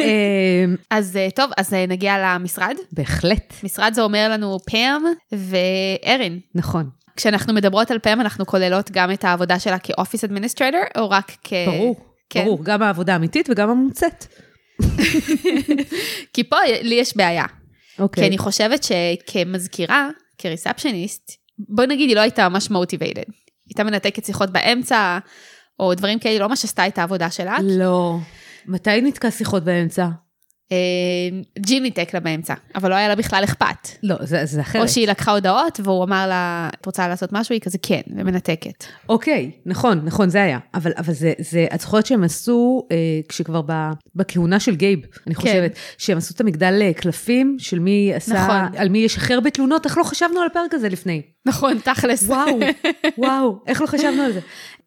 אה, אז אה, טוב, אז אה, נגיע למשרד. בהחלט, משרד זה אומר לנו פאם וארן. נכון. כשאנחנו מדברות על פאם, אנחנו כוללות גם את העבודה שלה כ-office administrator, או רק כ... ברור. כן. ברור, גם העבודה האמיתית וגם המומצאת. כי פה אה, לי יש בעיה. אוקיי. כי אני חושבת שכמזכירה, כריספשניסט, בוא נגיד היא לא הייתה ממש מוטיבייטד. הייתה מנתקת שיחות באמצע, או דברים כאלה, היא לא ממש עשתה את העבודה שלה. לא. מתי נתקע שיחות באמצע? אה, ג'ים ניתק לה באמצע, אבל לא היה לה בכלל אכפת. לא, זה, זה אחרת. או שהיא לקחה הודעות, והוא אמר לה, את רוצה לעשות משהו? היא כזה כן, ומנתקת. אוקיי, נכון, נכון, זה היה. אבל, אבל זה, זה, את זוכרת שהם עשו, אה, כשכבר ב, בכהונה של גייב, אני כן. חושבת, שהם עשו את המגדל אה, קלפים של מי עשה, נכון. על מי יש הכי הרבה תלונות, איך לא חשבנו על הפרק הזה לפני? נכון, תכלס. וואו, וואו, איך לא חשבנו על זה?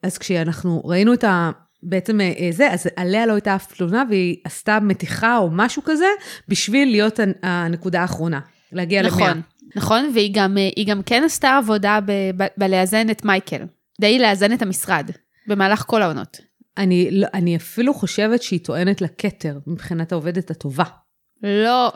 אז כשאנחנו ראינו את ה... בעצם אה, אה, זה, אז עליה לא הייתה אף תלונה והיא עשתה מתיחה או משהו כזה, בשביל להיות הנ- הנקודה האחרונה, להגיע למאה. נכון, נכון, והיא גם, היא גם כן עשתה עבודה ב- ב- בלאזן את מייקל. די לאזן את המשרד, במהלך כל העונות. אני, לא- אני אפילו חושבת שהיא טוענת לכתר מבחינת העובדת הטובה. לא,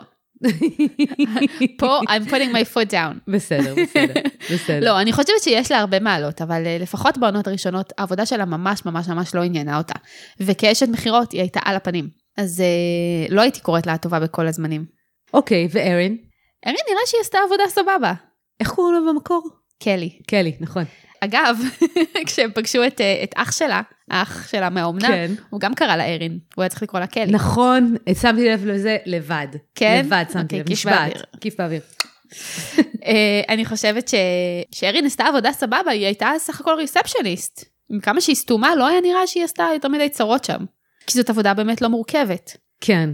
פה I'm putting my foot down. בסדר, בסדר, בסדר. לא, אני חושבת שיש לה הרבה מעלות, אבל אה, לפחות בעונות הראשונות, העבודה שלה ממש ממש ממש לא עניינה אותה. וכאשת מכירות, היא הייתה על הפנים. אז אה, לא הייתי קוראת לה הטובה בכל הזמנים. אוקיי, וארין? ארין נראה שהיא עשתה עבודה סבבה. איך קוראים לה במקור? קלי. קלי, נכון. אגב, כשהם פגשו את, אה, את אח שלה, האח שלה מהאומנה, כן. הוא גם קרא לה ארין, הוא היה צריך לקרוא לה קלי. נכון, שמתי לב לזה לבד. כן? לבד אוקיי, שמתי לב, כיף באוויר. נשבעת. כיף באוויר. אה, אני חושבת ש... שארין עשתה עבודה סבבה, היא הייתה סך הכל ריספשניסט. עם כמה שהיא סתומה, לא היה נראה שהיא עשתה יותר מדי צרות שם. כי זאת עבודה באמת לא מורכבת. כן.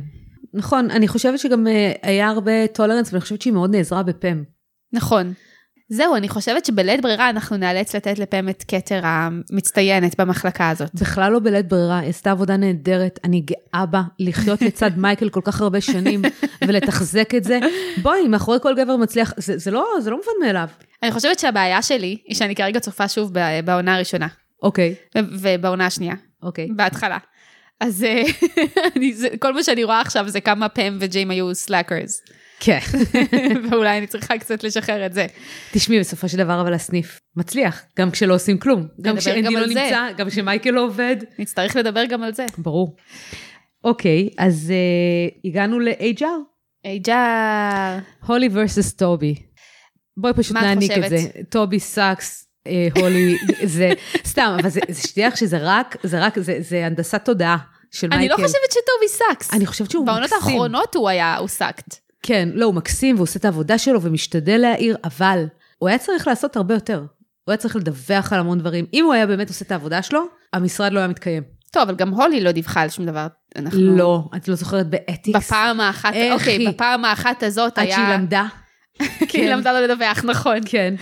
נכון, אני חושבת שגם אה, היה הרבה טולרנס, ואני חושבת שהיא מאוד נעזרה בפם. נכון. זהו, אני חושבת שבלית ברירה אנחנו נאלץ לתת לפם את כתר המצטיינת במחלקה הזאת. בכלל לא בלית ברירה, היא עשתה עבודה נהדרת, אני גאה בה לחיות לצד מייקל כל כך הרבה שנים ולתחזק את זה. בואי, מאחורי כל גבר מצליח, זה, זה, לא, זה לא מובן מאליו. אני חושבת שהבעיה שלי היא שאני כרגע צופה שוב ב- בעונה הראשונה, אוקיי, ו- ובעונה השנייה, אוקיי. בהתחלה. אז אה, אני, זה, כל מה שאני רואה עכשיו זה כמה פם וג'ים היו סלאקרס, כן. ואולי אני צריכה קצת לשחרר את זה. תשמעי, בסופו של דבר אבל הסניף מצליח, גם כשלא עושים כלום. גם נדבר כשאנדי גם לא על זה. נמצא, גם כשמייקל לא עובד. נצטרך לדבר גם על זה. ברור. אוקיי, אז אה, הגענו ל-HR. אייג'ר. הולי versus טובי. בואי פשוט מה את נעניק את חושבת? זה. טובי סאקס, אה, הולי, זה סתם, אבל זה, זה שתדעי לך שזה רק, זה רק, זה, זה הנדסת תודעה של אני מייקל. לא חושבת שטובי סאקס. אני חושבת שהוא בעונות מקסים. האחרונות הוא היה, הוא סאקט. כן, לא, הוא מקסים והוא עושה את העבודה שלו ומשתדל להעיר, אבל הוא היה צריך לעשות הרבה יותר. הוא היה צריך לדווח על המון דברים. אם הוא היה באמת עושה את העבודה שלו, המשרד לא היה מתקיים. טוב, אבל גם הולי לא דיווחה על שום דבר. אנחנו... לא, את לא זוכרת באתיקס. נכון. בפעם האחת, איך היא? אוקיי, בפעם האחת הזאת עד היה... שהיא למדה. היא למדה לא לדווח, נכון. כן.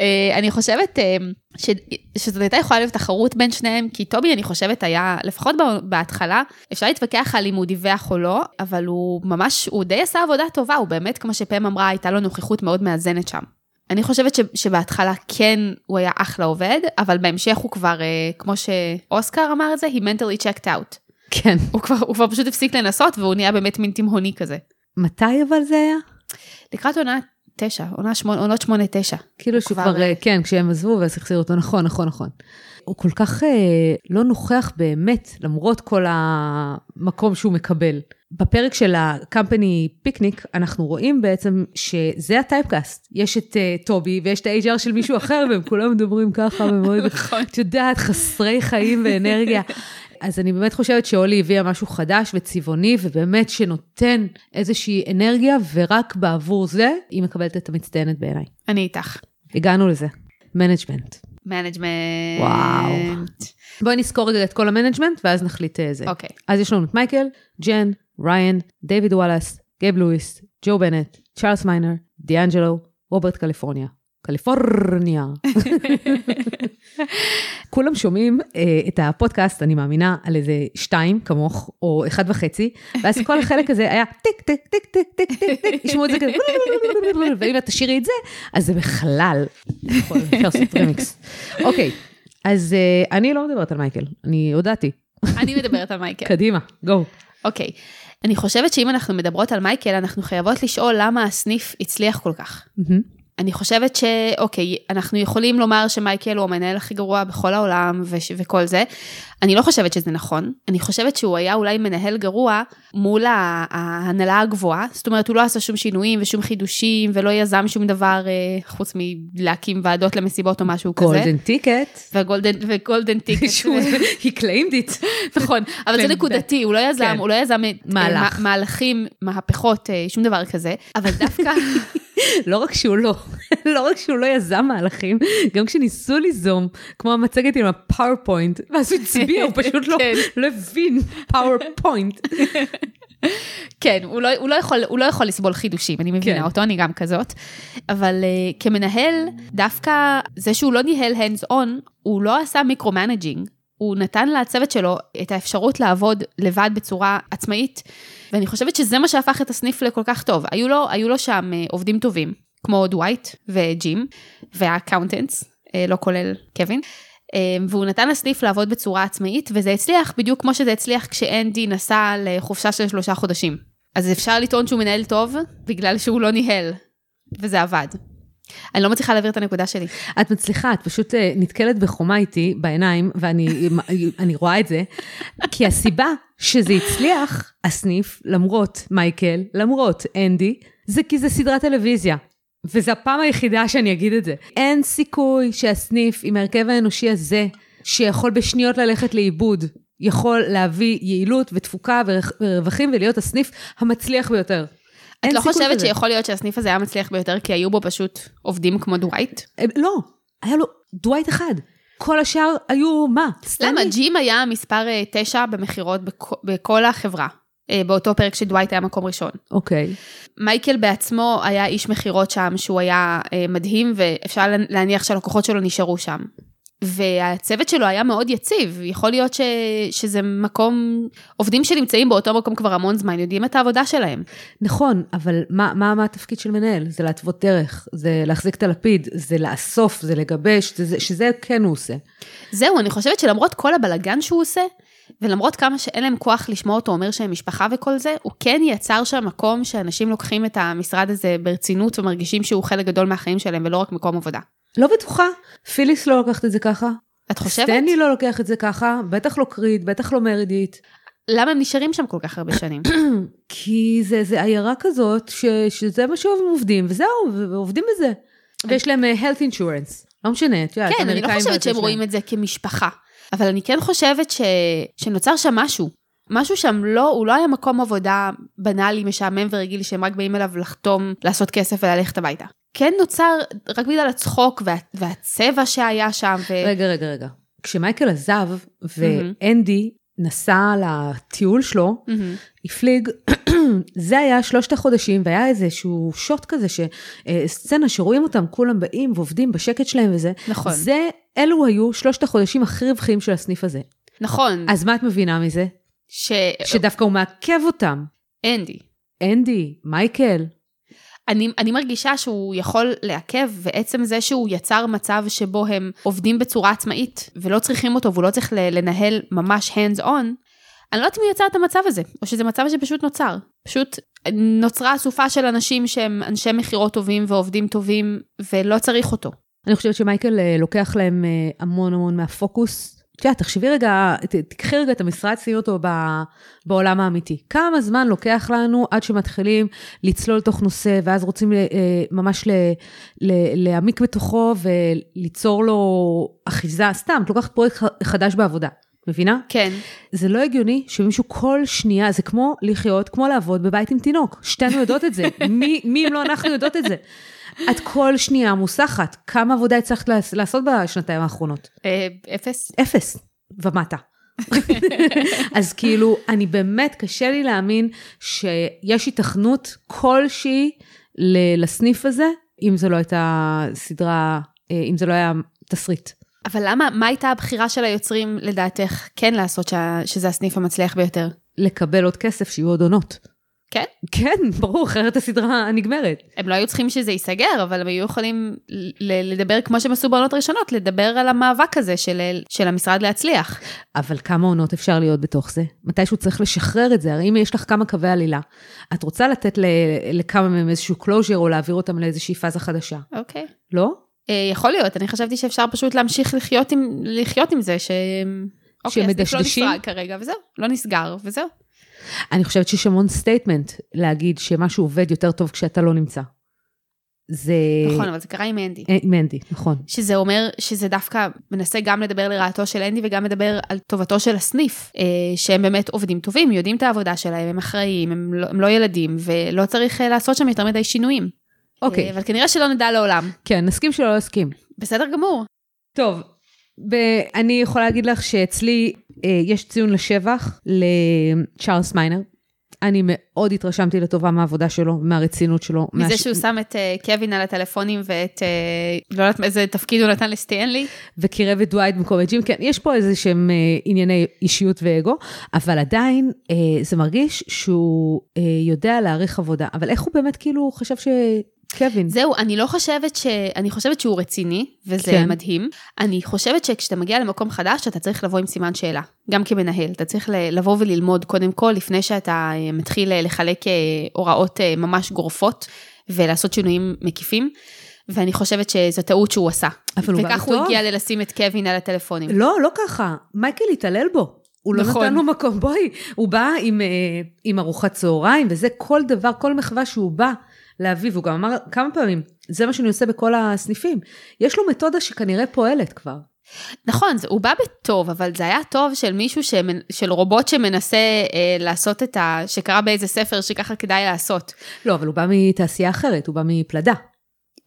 אה, אני חושבת אה, ש- שזאת הייתה יכולה להיות תחרות בין שניהם, כי טובי, אני חושבת, היה, לפחות בה- בהתחלה, אפשר להתווכח על אם הוא דיווח או לא, אבל הוא ממש, הוא די עשה עבודה טובה, הוא באמת, כמו שפם אמרה, הייתה לו נוכחות מאוד מאזנת שם. אני חושבת ש, שבהתחלה כן הוא היה אחלה עובד, אבל בהמשך הוא כבר, אה, כמו שאוסקר אמר את זה, he mentally checked out. כן. הוא כבר, הוא כבר פשוט הפסיק לנסות, והוא נהיה באמת מין תימהוני כזה. מתי אבל זה היה? לקראת עונה תשע, עונה שמונה, עונות שמונה תשע. כאילו שהוא כבר- כבר, אה, כן, כשהם עזבו ואז החזירו אותו, נכון, נכון, נכון. הוא כל כך אה, לא נוכח באמת, למרות כל המקום שהוא מקבל. בפרק של ה-company פיקניק, אנחנו רואים בעצם שזה הטייפקאסט. יש את אה, טובי ויש את ה-HR של מישהו אחר, והם כולם מדברים ככה, ומאוד, נכון. את יודעת, חסרי חיים ואנרגיה. אז אני באמת חושבת שאולי הביאה משהו חדש וצבעוני, ובאמת שנותן איזושהי אנרגיה, ורק בעבור זה היא מקבלת את המצטיינת בעיניי. אני איתך. הגענו לזה. מנג'מנט. מנג'מנט. וואו. בואי נזכור רגע את כל המנג'מנט, ואז נחליט אה, זה. אוקיי. אז יש לנו את מייקל, ג'ן, ריין, דיוויד וואלאס, גייב לואיס, ג'ו בנט, צ'ארלס מיינר, דיאנג'לו, רוברט קליפורניה. קליפורניה. כולם שומעים אה, את הפודקאסט, אני מאמינה, על איזה שתיים כמוך, או אחד וחצי, ואז כל החלק הזה היה טיק, טיק, טיק, טיק, טיק, טיק, טיק, ישמעו את זה כזה, ואם את תשאירי את זה, אז זה בכלל, יכול, אפשר לעשות רמיקס. אוקיי, אז אה, אני לא מדברת על מייקל, אני הודעתי, אני מדברת על מייקל. קדימה, גו. אוקיי. אני חושבת שאם אנחנו מדברות על מייקל, אנחנו חייבות לשאול למה הסניף הצליח כל כך. מהמם. אני חושבת שאוקיי, אנחנו יכולים לומר שמייקל הוא המנהל הכי גרוע בכל העולם וש, וכל זה. אני לא חושבת שזה נכון. אני חושבת שהוא היה אולי מנהל גרוע מול ה- ההנהלה הגבוהה. זאת אומרת, הוא לא עשה שום שינויים ושום חידושים ולא יזם שום דבר אה, חוץ מלהקים ועדות למסיבות או משהו כזה. גולדן טיקט. וגולדן, וגולדן טיקט. שהוא- היא claimed it. נכון, אבל זה כן, נקודתי, הוא לא יזם, כן. הוא לא יזם את- מהלך. אה, מה- מהלכים, מהפכות, אה, שום דבר כזה, אבל דווקא, לא רק שהוא לא, לא רק שהוא לא יזם מהלכים, גם כשניסו ליזום, כמו המצגת עם הפאורפוינט, ואז הוא הצביע, הוא פשוט לא, כן. לא הבין פאורפוינט. כן, הוא לא- הוא לא יכול- הוא לא יכול לסבול חידושים, אני כן. מבינה אותו, אני גם כזאת, אבל אה, כמנהל, דווקא זה שהוא לא ניהל hands on, הוא לא עשה מיקרו-מנג'ינג. הוא נתן לצוות שלו את האפשרות לעבוד לבד בצורה עצמאית, ואני חושבת שזה מה שהפך את הסניף לכל כך טוב. היו לו, היו לו שם אה, עובדים טובים, כמו דווייט וג'ים, והאקאונטנטס, אה, לא כולל קווין, אה, והוא נתן לסניף לעבוד בצורה עצמאית, וזה הצליח בדיוק כמו שזה הצליח כשאנדי נסע לחופשה של שלושה חודשים. אז אפשר לטעון שהוא מנהל טוב, בגלל שהוא לא ניהל, וזה עבד. אני לא מצליחה להעביר את הנקודה שלי. את מצליחה, את פשוט אה, נתקלת בחומה איתי בעיניים, ואני אני רואה את זה, כי הסיבה שזה הצליח, הסניף, למרות מייקל, למרות אנדי, זה כי זה סדרת טלוויזיה. וזו הפעם היחידה שאני אגיד את זה. אין סיכוי שהסניף עם ההרכב האנושי הזה, שיכול בשניות ללכת לאיבוד, יכול להביא יעילות ותפוקה ורווח- ורווחים ולהיות הסניף המצליח ביותר. את אין לא סיכוי חושבת כזה. שיכול להיות שהסניף הזה היה מצליח ביותר, כי היו בו פשוט עובדים כמו דווייט? אה, לא, היה לו דווייט אחד. כל השאר היו מה? למה? סטנלי? ג'ים היה מספר אה, תשע במכירות בכ- בכל החברה, אה, באותו פרק שדווייט היה מקום ראשון. אוקיי. מייקל בעצמו היה איש מכירות שם, שהוא היה אה, מדהים, ואפשר לה- להניח שהלקוחות שלו נשארו שם. והצוות שלו היה מאוד יציב, יכול להיות ש... שזה מקום, עובדים שנמצאים באותו מקום כבר המון זמן, יודעים את העבודה שלהם. נכון, אבל מה, מה, מה התפקיד של מנהל? זה להתוות דרך, זה להחזיק את הלפיד, זה לאסוף, זה לגבש, זה, זה, שזה כן הוא עושה. זהו, אני חושבת שלמרות כל הבלגן שהוא עושה, ולמרות כמה שאין להם כוח לשמוע אותו אומר שהם משפחה וכל זה, הוא כן יצר שם מקום שאנשים לוקחים את המשרד הזה ברצינות ומרגישים שהוא חלק גדול מהחיים שלהם ולא רק מקום עבודה. לא בטוחה, פיליס לא לוקחת את זה ככה. את חושבת? סטנלי לא לוקח את זה ככה, בטח לא קריד, בטח לא מרידית. למה הם נשארים שם כל כך הרבה שנים? כי זה, זה עיירה כזאת, ש, שזה מה שהם עובדים, וזהו, ו- ועובדים בזה. ויש להם אה, health insurance, לא משנה, את יודעת, כן, אני לא האמריקאים חושבת והזה שהם שלהם. רואים את זה כמשפחה, אבל אני כן חושבת ש... שנוצר שם משהו. משהו שם לא, הוא לא היה מקום עבודה בנאלי, משעמם ורגיל, שהם רק באים אליו לחתום, לעשות כסף וללכת הביתה. כן נוצר, רק בגלל הצחוק וה, והצבע שהיה שם, ו... רגע, רגע, רגע. כשמייקל עזב, ואנדי נסע לטיול שלו, מהמם. הפליג, זה היה שלושת החודשים, והיה איזשהו שוט כזה, ש- אה, סצנה שרואים אותם, כולם באים ועובדים בשקט שלהם וזה. נכון, זה... זה, אלו היו שלושת החודשים הכי רווחיים של הסניף הזה. נכון, אז מה את מבינה מזה? ש... שדווקא הוא מעכב אותם. אנדי. אנדי, מייקל, אני, אני מרגישה שהוא יכול לעכב, ועצם זה שהוא יצר מצב שבו הם עובדים בצורה עצמאית, ולא צריכים אותו, והוא לא צריך ל- לנהל ממש hands on, אני לא יודעת אם הוא יצר את המצב הזה, או שזה מצב שפשוט נוצר. פשוט נוצרה אסופה של אנשים שהם אנשי מכירות טובים ועובדים טובים, ולא צריך אותו. אני חושבת שמייקל אה, לוקח להם אה, המון המון מהפוקוס. את יודעת, תחשבי רגע, ת- תקחי רגע את המשרד, שימי אותו ב- בעולם האמיתי. כמה זמן לוקח לנו עד שמתחילים לצלול תוך נושא, ואז רוצים ל- אה, ממש ל- ל- להעמיק בתוכו וליצור לו אחיזה? סתם, את לוקחת פרויקט ח- חדש בעבודה. מבינה? כן. זה לא הגיוני שמישהו כל שנייה, זה כמו לחיות, כמו לעבוד בבית עם תינוק. שתינו יודעות את זה. מי, מי אם לא אנחנו יודעות את זה? את כל שנייה מוסחת. כמה עבודה הצלחת לעס- לעשות בשנתיים האחרונות? אה, אפס. אפס ומטה. אז כאילו, אני באמת, קשה לי להאמין שיש היתכנות כלשהי ל- לסניף הזה, אם זו לא הייתה סדרה, אה, אם זה לא היה תסריט. אבל למה, מה הייתה הבחירה של היוצרים לדעתך כן לעשות שה, שזה הסניף המצליח ביותר? לקבל עוד כסף, שיהיו עוד עונות. כן? כן, ברור, אחרת הסדרה נגמרת. הם לא היו צריכים שזה ייסגר, אבל הם היו יכולים ל- לדבר, כמו שהם עשו בעונות הראשונות, לדבר על המאבק הזה של, של המשרד להצליח. אבל כמה עונות אפשר להיות בתוך זה? מתישהו צריך לשחרר את זה, הרי אם יש לך כמה קווי עלילה, את רוצה לתת ל- לכמה מהם איזשהו קלוז'ר או להעביר אותם לאיזושהי פאזה חדשה, אוקיי. לא? אה, יכול להיות, אני חשבתי שאפשר פשוט להמשיך לחיות עם, לחיות עם זה, שהם... שמדשדשים? לא נסגר כרגע, וזהו, לא נסגר, וזהו. אני חושבת שיש המון סטייטמנט להגיד שמשהו עובד יותר טוב כשאתה לא נמצא. זה... נכון, אבל זה קרה עם אנדי. אה, מנדי, נכון. שזה אומר שזה דווקא מנסה גם לדבר לרעתו של אנדי וגם לדבר על טובתו של הסניף, אה, שהם באמת עובדים טובים, יודעים את העבודה שלהם, הם אחראיים, הם לא, הם לא ילדים, ולא צריך אה, לעשות שם יותר מדי שינויים. אה, אוקיי, אבל כנראה שלא נדע לעולם. כן, נסכים שלא נסכים. בסדר גמור. טוב, ב- אני יכולה להגיד לך שאצלי אה, יש ציון לשבח לצ'ארלס מיינר. אני מאוד התרשמתי לטובה מהעבודה שלו, מהרצינות שלו. מזה מהש- שהוא שם את אה, קווין על הטלפונים ואת, אה, לא יודעת איזה תפקיד הוא נתן לסטיאנלי. וקירב את דווייד במקום את ג'ים, כן, יש פה איזה שהם אה, ענייני אישיות ואגו, אבל עדיין אה, זה מרגיש שהוא אה, יודע להעריך עבודה. אבל איך הוא באמת כאילו חשב שקווין? זהו, אני לא חושבת ש... אני חושבת שהוא רציני, וזה כן. כן. מדהים. אני חושבת שכשאתה מגיע למקום חדש, אתה צריך לבוא עם סימן שאלה, גם כמנהל. אתה צריך ל- לבוא וללמוד קודם כל, לפני שאתה אה, מתחיל אה, לחלק אה, הוראות אה, ממש גורפות, ולעשות שינויים מקיפים. ואני חושבת שזו טעות שהוא עשה. אבל הוא בא וכך הוא בטוב. הגיע ללשים את קווין על הטלפונים. לא, לא ככה. מייקל התעלל בו. הוא לא נכון. נתן לו מקום, בואי, הוא בא עם, אה, עם ארוחת צהריים, וזה כל דבר, כל מחווה שהוא בא להביא, והוא גם אמר כמה פעמים, זה מה שאני עושה בכל הסניפים. יש לו מתודה שכנראה פועלת כבר. נכון, זה, הוא בא בטוב, אבל זה היה טוב של מישהו, שמנ, של רובוט שמנסה אה, לעשות את ה... שקרא באיזה ספר שככה כדאי לעשות. לא, אבל הוא בא מתעשייה אחרת, הוא בא מפלדה.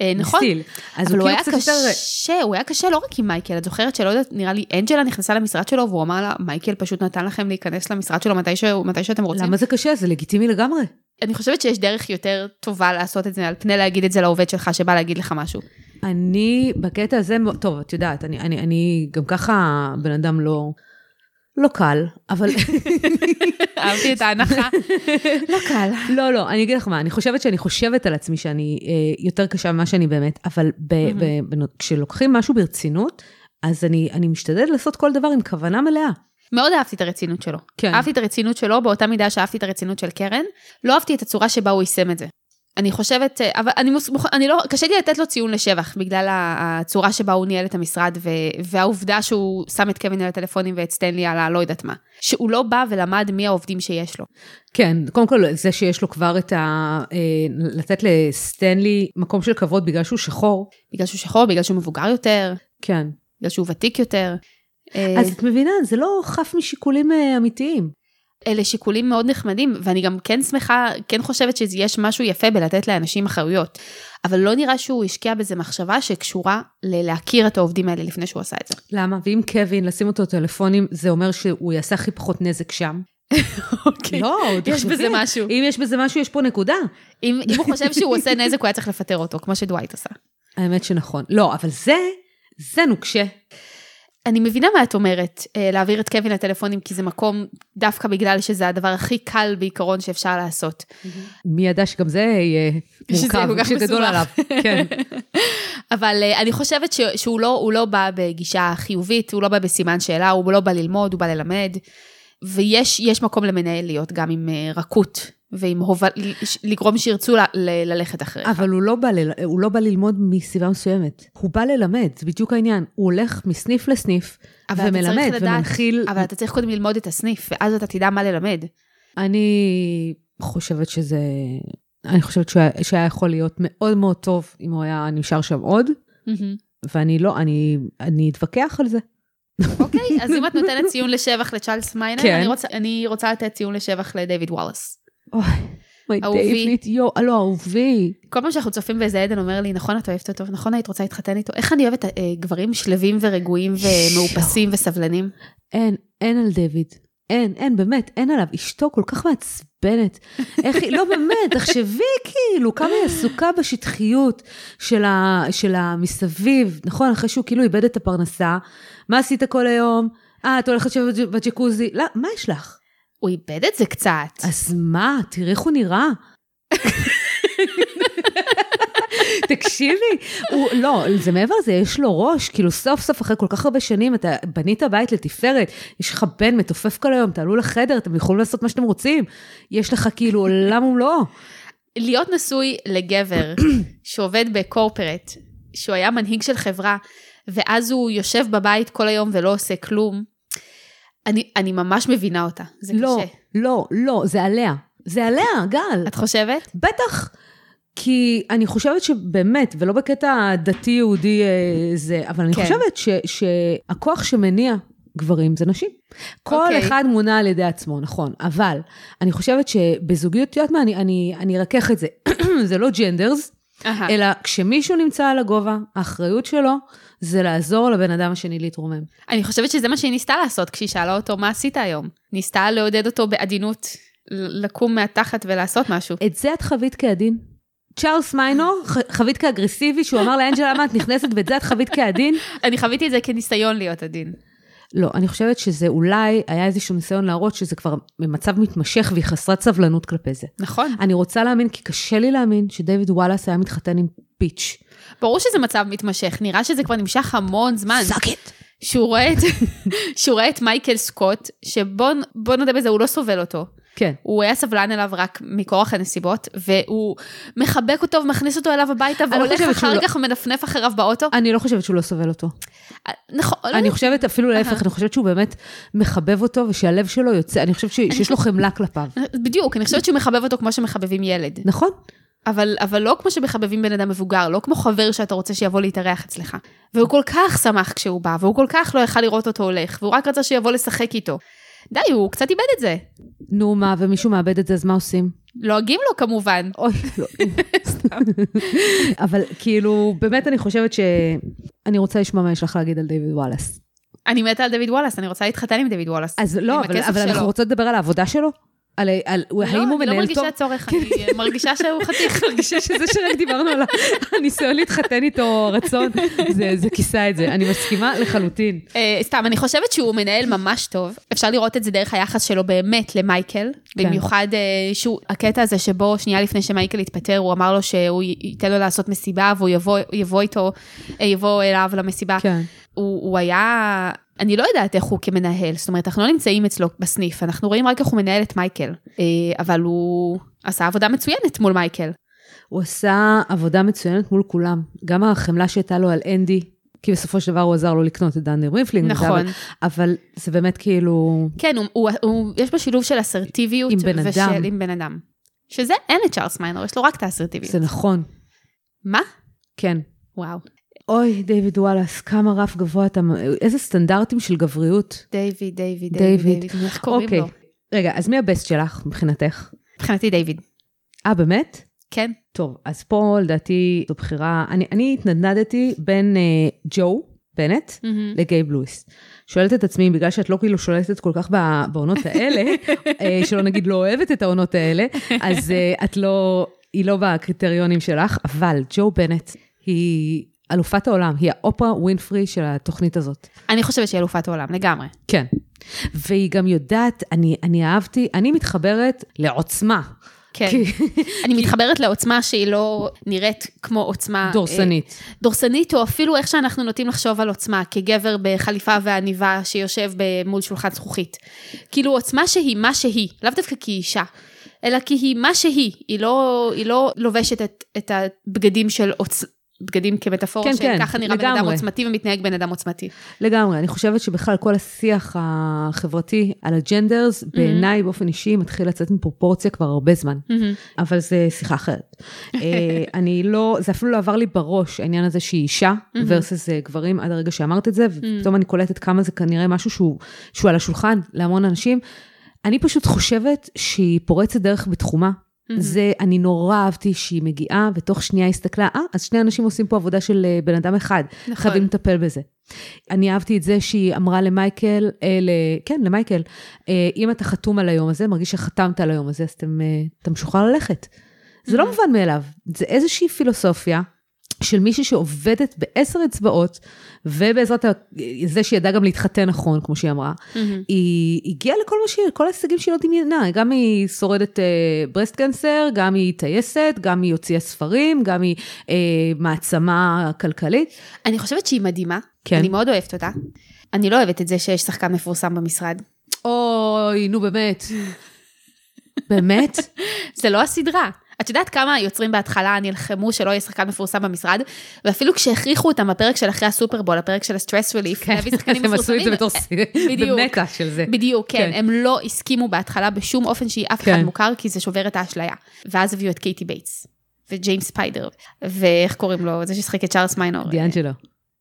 אה, נכון, מסטיל. אז אבל הוא הוא כאילו היה קצת יותר... קשה, הוא היה קשה לא רק עם מייקל, את זוכרת שלא יודעת, נראה לי אנג'לה נכנסה למשרד שלו והוא אמר לה, מייקל פשוט נתן לכם להיכנס למשרד שלו מתי, ש... מתי שאתם רוצים. למה זה קשה? זה לגיטימי לגמרי. אני חושבת שיש דרך יותר טובה לעשות את זה, על פני להגיד את זה לעובד שלך שבא להגיד לך משהו. אני בקטע הזה, מאוד- טוב, את יודעת, אני, אני, אני גם ככה בן אדם לא, לא קל, אבל אהבתי את ההנחה. לא קל. לא, לא, אני אגיד לך מה, אני חושבת שאני חושבת על עצמי שאני אה, יותר קשה ממה שאני באמת, אבל ב, ב, ב, כשלוקחים משהו ברצינות, אז אני, אני משתדלת לעשות כל דבר עם כוונה מלאה. מאוד אהבתי את הרצינות שלו. כן. אהבתי את הרצינות שלו באותה מידה שאהבתי את הרצינות של קרן. לא אהבתי את הצורה שבה הוא יישם את זה. אני חושבת, אה, אבל אני, מוס, מוכ- אני לא, קשה לי לתת לו ציון לשבח בגלל ה- הצורה שבה הוא ניהל את המשרד ו, והעובדה שהוא שם את קווין על הטלפונים ואת סטנלי על הלא יודעת מה. שהוא לא בא ולמד מי העובדים שיש לו. כן, קודם כל, זה שיש לו כבר את ה... אה, לתת לסטנלי מקום של כבוד בגלל שהוא שחור. בגלל שהוא שחור, בגלל שהוא מבוגר יותר, כן. בגלל שהוא ותיק יותר. אה, אז את מבינה, זה לא חף משיקולים אה, אמיתיים. אלה שיקולים מאוד נחמדים, ואני גם כן שמחה, כן חושבת שיש משהו יפה בלתת לאנשים אחריות. אבל לא נראה שהוא השקיע בזה מחשבה שקשורה ללהכיר את העובדים האלה לפני שהוא עשה את זה. למה? ואם קווין, לשים אותו טלפונים, זה אומר שהוא יעשה הכי פחות נזק שם? אוקיי. לא, יש תחשבי. בזה משהו. אם יש בזה משהו, יש פה נקודה. אם, אם הוא חושב שהוא עושה נזק, הוא היה צריך לפטר אותו, כמו שדווייט עשה. האמת שנכון. לא, אבל זה, זה נוקשה. אני מבינה מה את אומרת, אה, להעביר את קווין לטלפונים, כי זה מקום דווקא בגלל שזה הדבר הכי קל בעיקרון שאפשר לעשות. מי ידע שגם זה יהיה שזה מורכב, כל כך שגדול מסובך. עליו. כן. אבל אה, אני חושבת ש, שהוא לא, הוא לא בא בגישה חיובית, הוא לא בא בסימן שאלה, הוא לא בא ללמוד, הוא בא ללמד. ויש יש מקום למנהל להיות גם עם אה, רכות, ועם הובל... ש- לגרום שירצו ל, ל, ללכת אחריך. אבל הוא לא, בא ל... הוא לא בא ללמוד מסיבה מסוימת. הוא בא ללמד, זה בדיוק העניין. הוא הולך מסניף לסניף אבל אתה צריך ומלמד לדעת- ומנחיל. אבל אתה צריך קודם ללמוד את הסניף, ואז אתה תדע מה ללמד. אני חושבת שזה... אני חושבת שהוא היה- שהיה יכול להיות מאוד מאוד טוב אם הוא היה נשאר שם עוד, ואני לא, אני, אני אתווכח על זה. אוקיי? אז אם את נותנת ציון לשבח לצ'ארלס מיינר, כן. אני רוצה- אני רוצה לתת ציון לשבח לדייוויד וואלאס. אוי, my אהובי. David, יואו, הלו, אהובי. כל פעם שאנחנו צופים באיזה עדן אומר לי, נכון, את אוהבת אותו, נכון, היית רוצה להתחתן איתו? איך אני אוהבת אה, גברים שלווים ורגועים ומאופסים וסבלנים? אין, אין על דויד. אין, אין, באמת, אין עליו. אשתו כל כך מעצבנת. איך היא, לא באמת, תחשבי כאילו, כמה היא עסוקה בשטחיות של, ה, של המסביב, נכון? אחרי שהוא כאילו איבד את הפרנסה, מה עשית כל היום? אה, את הולכת לשבת בג'קוזי? לא, מה יש לך? הוא איבד את זה קצת. אז מה, תראי איך הוא נראה. תקשיבי, הוא, לא, זה מעבר לזה, יש לו ראש, כאילו סוף סוף אחרי כל כך הרבה שנים, אתה בנית בית לתפארת, יש לך בן מתופף כל היום, תעלו לחדר, אתם יכולים לעשות מה שאתם רוצים. יש לך כאילו עולם ומלואו. להיות נשוי לגבר שעובד בקורפרט, שהוא היה מנהיג של חברה, ואז הוא יושב בבית כל היום ולא עושה כלום, אני, אני ממש מבינה אותה, זה לא, קשה. לא, לא, זה עליה. זה עליה, גל. את חושבת? בטח. כי אני חושבת שבאמת, ולא בקטע דתי-יהודי אה, זה, אבל אני כן. חושבת ש, שהכוח שמניע גברים זה נשים. כל אוקיי. אחד מונע על ידי עצמו, נכון, אבל אני חושבת שבזוגיות, את יודעת מה, אני, אני, אני ארכך את זה. זה לא ג'נדרס, אהה. אלא כשמישהו נמצא על הגובה, האחריות שלו זה לעזור לבן אדם השני להתרומם. אני חושבת שזה מה שהיא ניסתה לעשות כשהיא שאלה אותו מה עשית היום. ניסתה לעודד אותו בעדינות ל- לקום מהתחת ולעשות משהו. את זה את חווית כעדין? צ'ארלס מיינו, ח- חווית כאגרסיבי, שהוא אמר לאנג'לה, למה את נכנסת ואת זה את חווית כעדין? אני חוויתי את זה כניסיון להיות עדין. לא, אני חושבת שזה אולי היה איזשהו ניסיון להראות שזה כבר במצב מתמשך והיא חסרת סבלנות כלפי זה. נכון. אני רוצה להאמין, כי קשה לי להאמין, שדייוויד וואלאס היה מתחתן עם פיץ'. ברור שזה מצב מתמשך, נראה שזה כבר נמשך המון זמן. it. שהוא רואה את, שהוא רואה את מייקל סקוט, שבוא בוא נודה בזה, הוא לא סובל אותו. כן. הוא היה סבלן אליו רק מכורח הנסיבות, והוא מחבק אותו ומכניס אותו אליו הביתה, לא והולך חושבת שהוא אחר לא- כך ומנפנף אחריו באוטו. אני לא חושבת שהוא לא סובל אותו. אה, נכון, לא אני חושבת אפילו אהה. להפך, אני חושבת שהוא באמת מחבב אותו ושהלב שלו יוצא, אני חושבת ש- שיש לו חמלה כלפיו. יודעת, בדיוק, אני חושבת שהוא מחבב אותו כמו שמחבבים ילד. נכון? אבל, אבל לא כמו שמחבבים בן אדם מבוגר, לא כמו חבר שאתה רוצה שיבוא להתארח אצלך. והוא כל כך שמח כשהוא בא, והוא כל כך לא יכל לראות אותו הולך, והוא רק רצה שיבוא לשחק איתו. די, הוא קצת איבד את זה. נו מה, ומישהו מאבד את זה, אז מה עושים? לועגים לו כמובן. אוי, לא. אבל כאילו, באמת אני חושבת ש... אני רוצה לשמוע מה יש לך להגיד על דיוויד וואלאס. אני מתה על דוד וואלאס, אני רוצה להתחתן עם דוד וואלאס. אז עם לא, אבל, הכסף אבל שלו. אנחנו רוצות לדבר על העבודה שלו? על, על לא, לא, האם הוא אני לא מנהל טוב? מרגישה צורך, אני מרגישה שהוא חתיך. אני מרגישה שזה שרק דיברנו על הניסיון להתחתן איתו רצון, זה, זה כיסה את זה. אני מסכימה לחלוטין. אה, סתם, אני חושבת שהוא מנהל ממש טוב. אפשר לראות את זה דרך היחס שלו באמת למייקל. כן. במיוחד אה, שהוא, הקטע הזה שבו שנייה לפני שמייקל התפטר, הוא אמר לו שהוא י- ייתן לו לעשות מסיבה והוא יבוא, יבוא איתו, אה, יבוא אליו למסיבה. כן. הוא, הוא היה, אני לא יודעת איך הוא כמנהל, זאת אומרת, אנחנו לא נמצאים אצלו בסניף, אנחנו רואים רק איך הוא מנהל את מייקל. אה, אבל הוא עשה עבודה מצוינת מול מייקל. הוא עשה עבודה מצוינת מול כולם. גם החמלה שהייתה לו על אנדי, כי בסופו של דבר הוא עזר לו לקנות את דנדר ריפלינג. נכון. כן, אבל, אבל זה באמת כאילו... כן, הוא, הוא, הוא, יש בו שילוב של אסרטיביות עם בן ושל, אדם. עם בן אדם. שזה אין לצ'ארלס מיינור, יש לו רק את האסרטיביות. זה נכון, מה? כן. וואו. אוי, דיוויד וואלאס, כמה רף גבוה אתה... איזה סטנדרטים של גבריות. דיוויד, דיוויד, דיוויד. דיוויד, דיוויד, איך קוראים אוקיי. לו? רגע, אז מי הבסט שלך מבחינתך? מבחינתי דיוויד. אה, באמת? כן? טוב, אז פה לדעתי זו בחירה, אני, אני התנדנדתי בין אה, ג'ו בנט לגייב לואיס. שואלת את עצמי, בגלל שאת לא כאילו שולטת כל כך ב- בעונות האלה, אה, שלא נגיד לא אוהבת את העונות האלה, אז אה, את לא, היא לא בקריטריונים שלך, אבל ג'ו בנט היא אלופת העולם, היא האופרה ווינפרי של התוכנית הזאת. אני חושבת שהיא אלופת העולם, לגמרי. כן. והיא גם יודעת, אני, אני אהבתי, אני מתחברת לעוצמה. כן. כי- אני מתחברת לעוצמה שהיא לא נראית כמו עוצמה... דורסנית. אה, דורסנית, או אפילו איך שאנחנו נוטים לחשוב על עוצמה, כגבר בחליפה ועניבה שיושב ב- מול שולחן זכוכית. כאילו עוצמה שהיא מה שהיא, לאו דווקא כי היא אישה, אלא כי היא מה שהיא, היא לא, היא לא לובשת את, את הבגדים של עוצ... בגדים כמטאפורה כן, של כן, ככה נראה בן אדם לגמרי. Mm-hmm. עוצמתי ומתנהג בן אדם עוצמתי. לגמרי, אני חושבת שבכלל כל השיח החברתי על הג'נדרס, בעיניי באופן אישי, מתחיל לצאת מפרופורציה כבר הרבה זמן. Mm-hmm. אבל זה שיחה אחרת. אה, אני לא, זה אפילו לא עבר לי בראש, העניין הזה שהיא אישה מהמם. versus אה, גברים, עד הרגע שאמרת את זה, ופתאום אני קולטת כמה זה כנראה משהו שהוא, שהוא על השולחן להמון אנשים. אני פשוט חושבת שהיא פורצת דרך בתחומה. זה, אני נורא אהבתי שהיא מגיעה, ותוך שנייה הסתכלה, אה, אז שני אנשים עושים פה עבודה של אה, בן אדם אחד. נכון. חייבים לטפל בזה. אני אהבתי את זה שהיא אמרה למייקל, אה, ל... כן, למייקל, אה, אם אתה חתום על היום הזה, מרגיש שחתמת על היום הזה, אז אתם, אה, אתה משוחרר ללכת. זה לא מובן מאליו, זה איזושהי פילוסופיה של מישהי שעובדת בעשר אצבעות, ובעזרת ה- זה שידעה גם להתחתן נכון, כמו שהיא אמרה, מהמם. היא הגיעה לכל מה שהיא, כל ההישגים שהיא לא דמיינה, גם היא שורדת אה, ברסט קנסר, גם היא טייסת, גם היא הוציאה ספרים, גם היא אה, מעצמה כלכלית. אני חושבת שהיא מדהימה, כן. אני מאוד אוהבת אותה. אני לא אוהבת את זה שיש שחקן מפורסם במשרד. אוי, נו באמת. באמת? זה לא הסדרה. את יודעת כמה היוצרים בהתחלה נלחמו שלא יהיה שחקן מפורסם במשרד, ואפילו כשהכריחו אותם בפרק של אחרי הסופרבול, הפרק של הסטרס רליף, להביא שחקנים כן, הם עשו את זה מפורסמים, בתור בדיוק. במטה של זה. בדיוק, כן. כן. הם לא הסכימו בהתחלה בשום אופן שהיא אף אחד כן. מוכר, כי זה שובר את האשליה. ואז הביאו את קייטי בייטס, וג'יימס ספיידר, ואיך קוראים לו, זה ששחק את צ'ארלס מיינור. דיאנג'לו.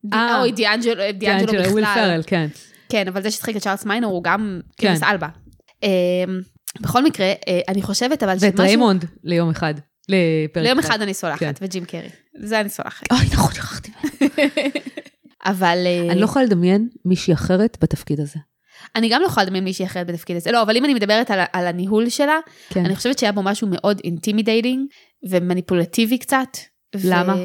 ד- אה. אוי, דיאנג'לו, דיאנג'לו בכלל. וויל פרל, כן. כן, אבל זה ששחק את צ'ארלס מיינור הוא גם כן. קריס אלבה. אמ, בכל מקרה, אה, אני חושבת אבל ואת ריימונד ליום אחד. לפרק ליום אחד אני סולחת, כן. וג'ים קרי. זה אני סולחת. אוי, נכון, שכחתי. אבל אה, אני לא יכולה לדמיין מישהי אחרת בתפקיד הזה. אני גם לא יכולה לדמיין מישהי אחרת בתפקיד הזה. לא, אבל אם אני מדברת על ה- על הניהול שלה, כן. אני חושבת שהיה בו משהו מאוד אינטימידייטינג ומניפולטיבי קצת. ו- למה?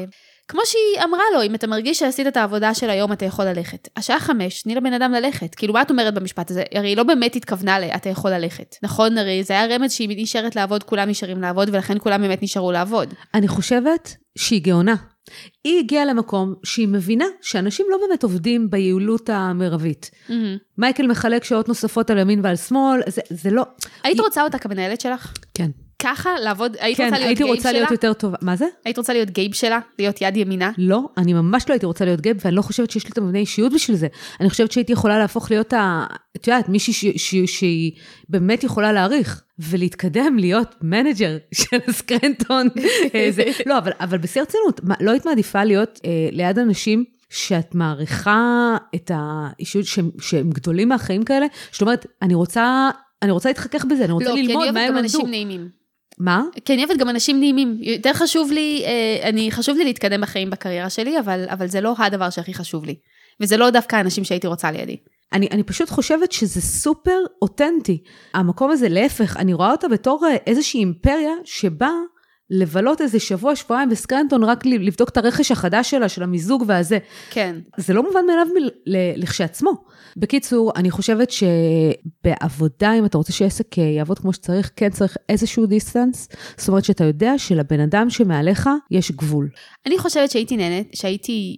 כמו שהיא אמרה לו, אם אתה מרגיש שעשית את העבודה של היום, אתה יכול ללכת. השעה חמש, תני לבן אדם ללכת. כאילו, מה את אומרת במשפט הזה? הרי היא לא באמת התכוונה ל- אתה יכול ללכת. נכון, הרי זה היה רמז שהיא נשארת לעבוד, כולם נשארים לעבוד, ולכן כולם באמת נשארו לעבוד. אני חושבת שהיא גאונה. היא הגיעה למקום שהיא מבינה שאנשים לא באמת עובדים ביעילות המרבית. מייקל מחלק שעות נוספות על ימין ועל שמאל, זה, זה לא... היית היא- רוצה אותה כמנהלת שלך? כן. ככה לעבוד, היית כן, רוצה להיות הייתי גייב רוצה שלה? להיות יותר טובה. מה זה? היית רוצה להיות גייב שלה? להיות יד ימינה? לא, אני ממש לא הייתי רוצה להיות גייב, ואני לא חושבת שיש לי את המבנה אישיות בשביל זה. אני חושבת שהייתי יכולה להפוך להיות, ה... את יודעת, מישהי ש- ש- שהיא באמת יכולה להעריך, ולהתקדם להיות מנג'ר של סקרנטון. אה, זה... לא, אבל, אבל בשיא הרצינות, מה, לא היית מעדיפה להיות אה, ליד אנשים שאת מעריכה את האישיות, שהם, שהם גדולים מהחיים כאלה, שאת אומרת, אני רוצה... אני רוצה להתחכך בזה, אני רוצה לא, כי אני ללמוד אוהבת מה הם גם למדו. אנשים נעימים. מה? כי אני אוהבת גם אנשים נעימים. יותר חשוב לי, אה, אני, חשוב לי להתקדם בחיים בקריירה שלי, אבל, אבל זה לא הדבר שהכי חשוב לי. וזה לא דווקא האנשים שהייתי רוצה לידי. אני, אני פשוט חושבת שזה סופר אותנטי. המקום הזה, להפך, אני רואה אותה בתור אה, איזושהי אימפריה שבאה לבלות איזה שבוע, שבועיים בסקרנטון, רק ל- לבדוק את הרכש החדש שלה, של המיזוג והזה. כן. זה לא מובן מאליו מל, ל, לכשעצמו. בקיצור, אני חושבת שבעבודה, אם אתה רוצה שעסק אה, יעבוד כמו שצריך, כן צריך איזשהו דיסטנס. זאת אומרת שאתה יודע שלבן אדם שמעליך יש גבול. אני חושבת שהייתי נהנית, שהייתי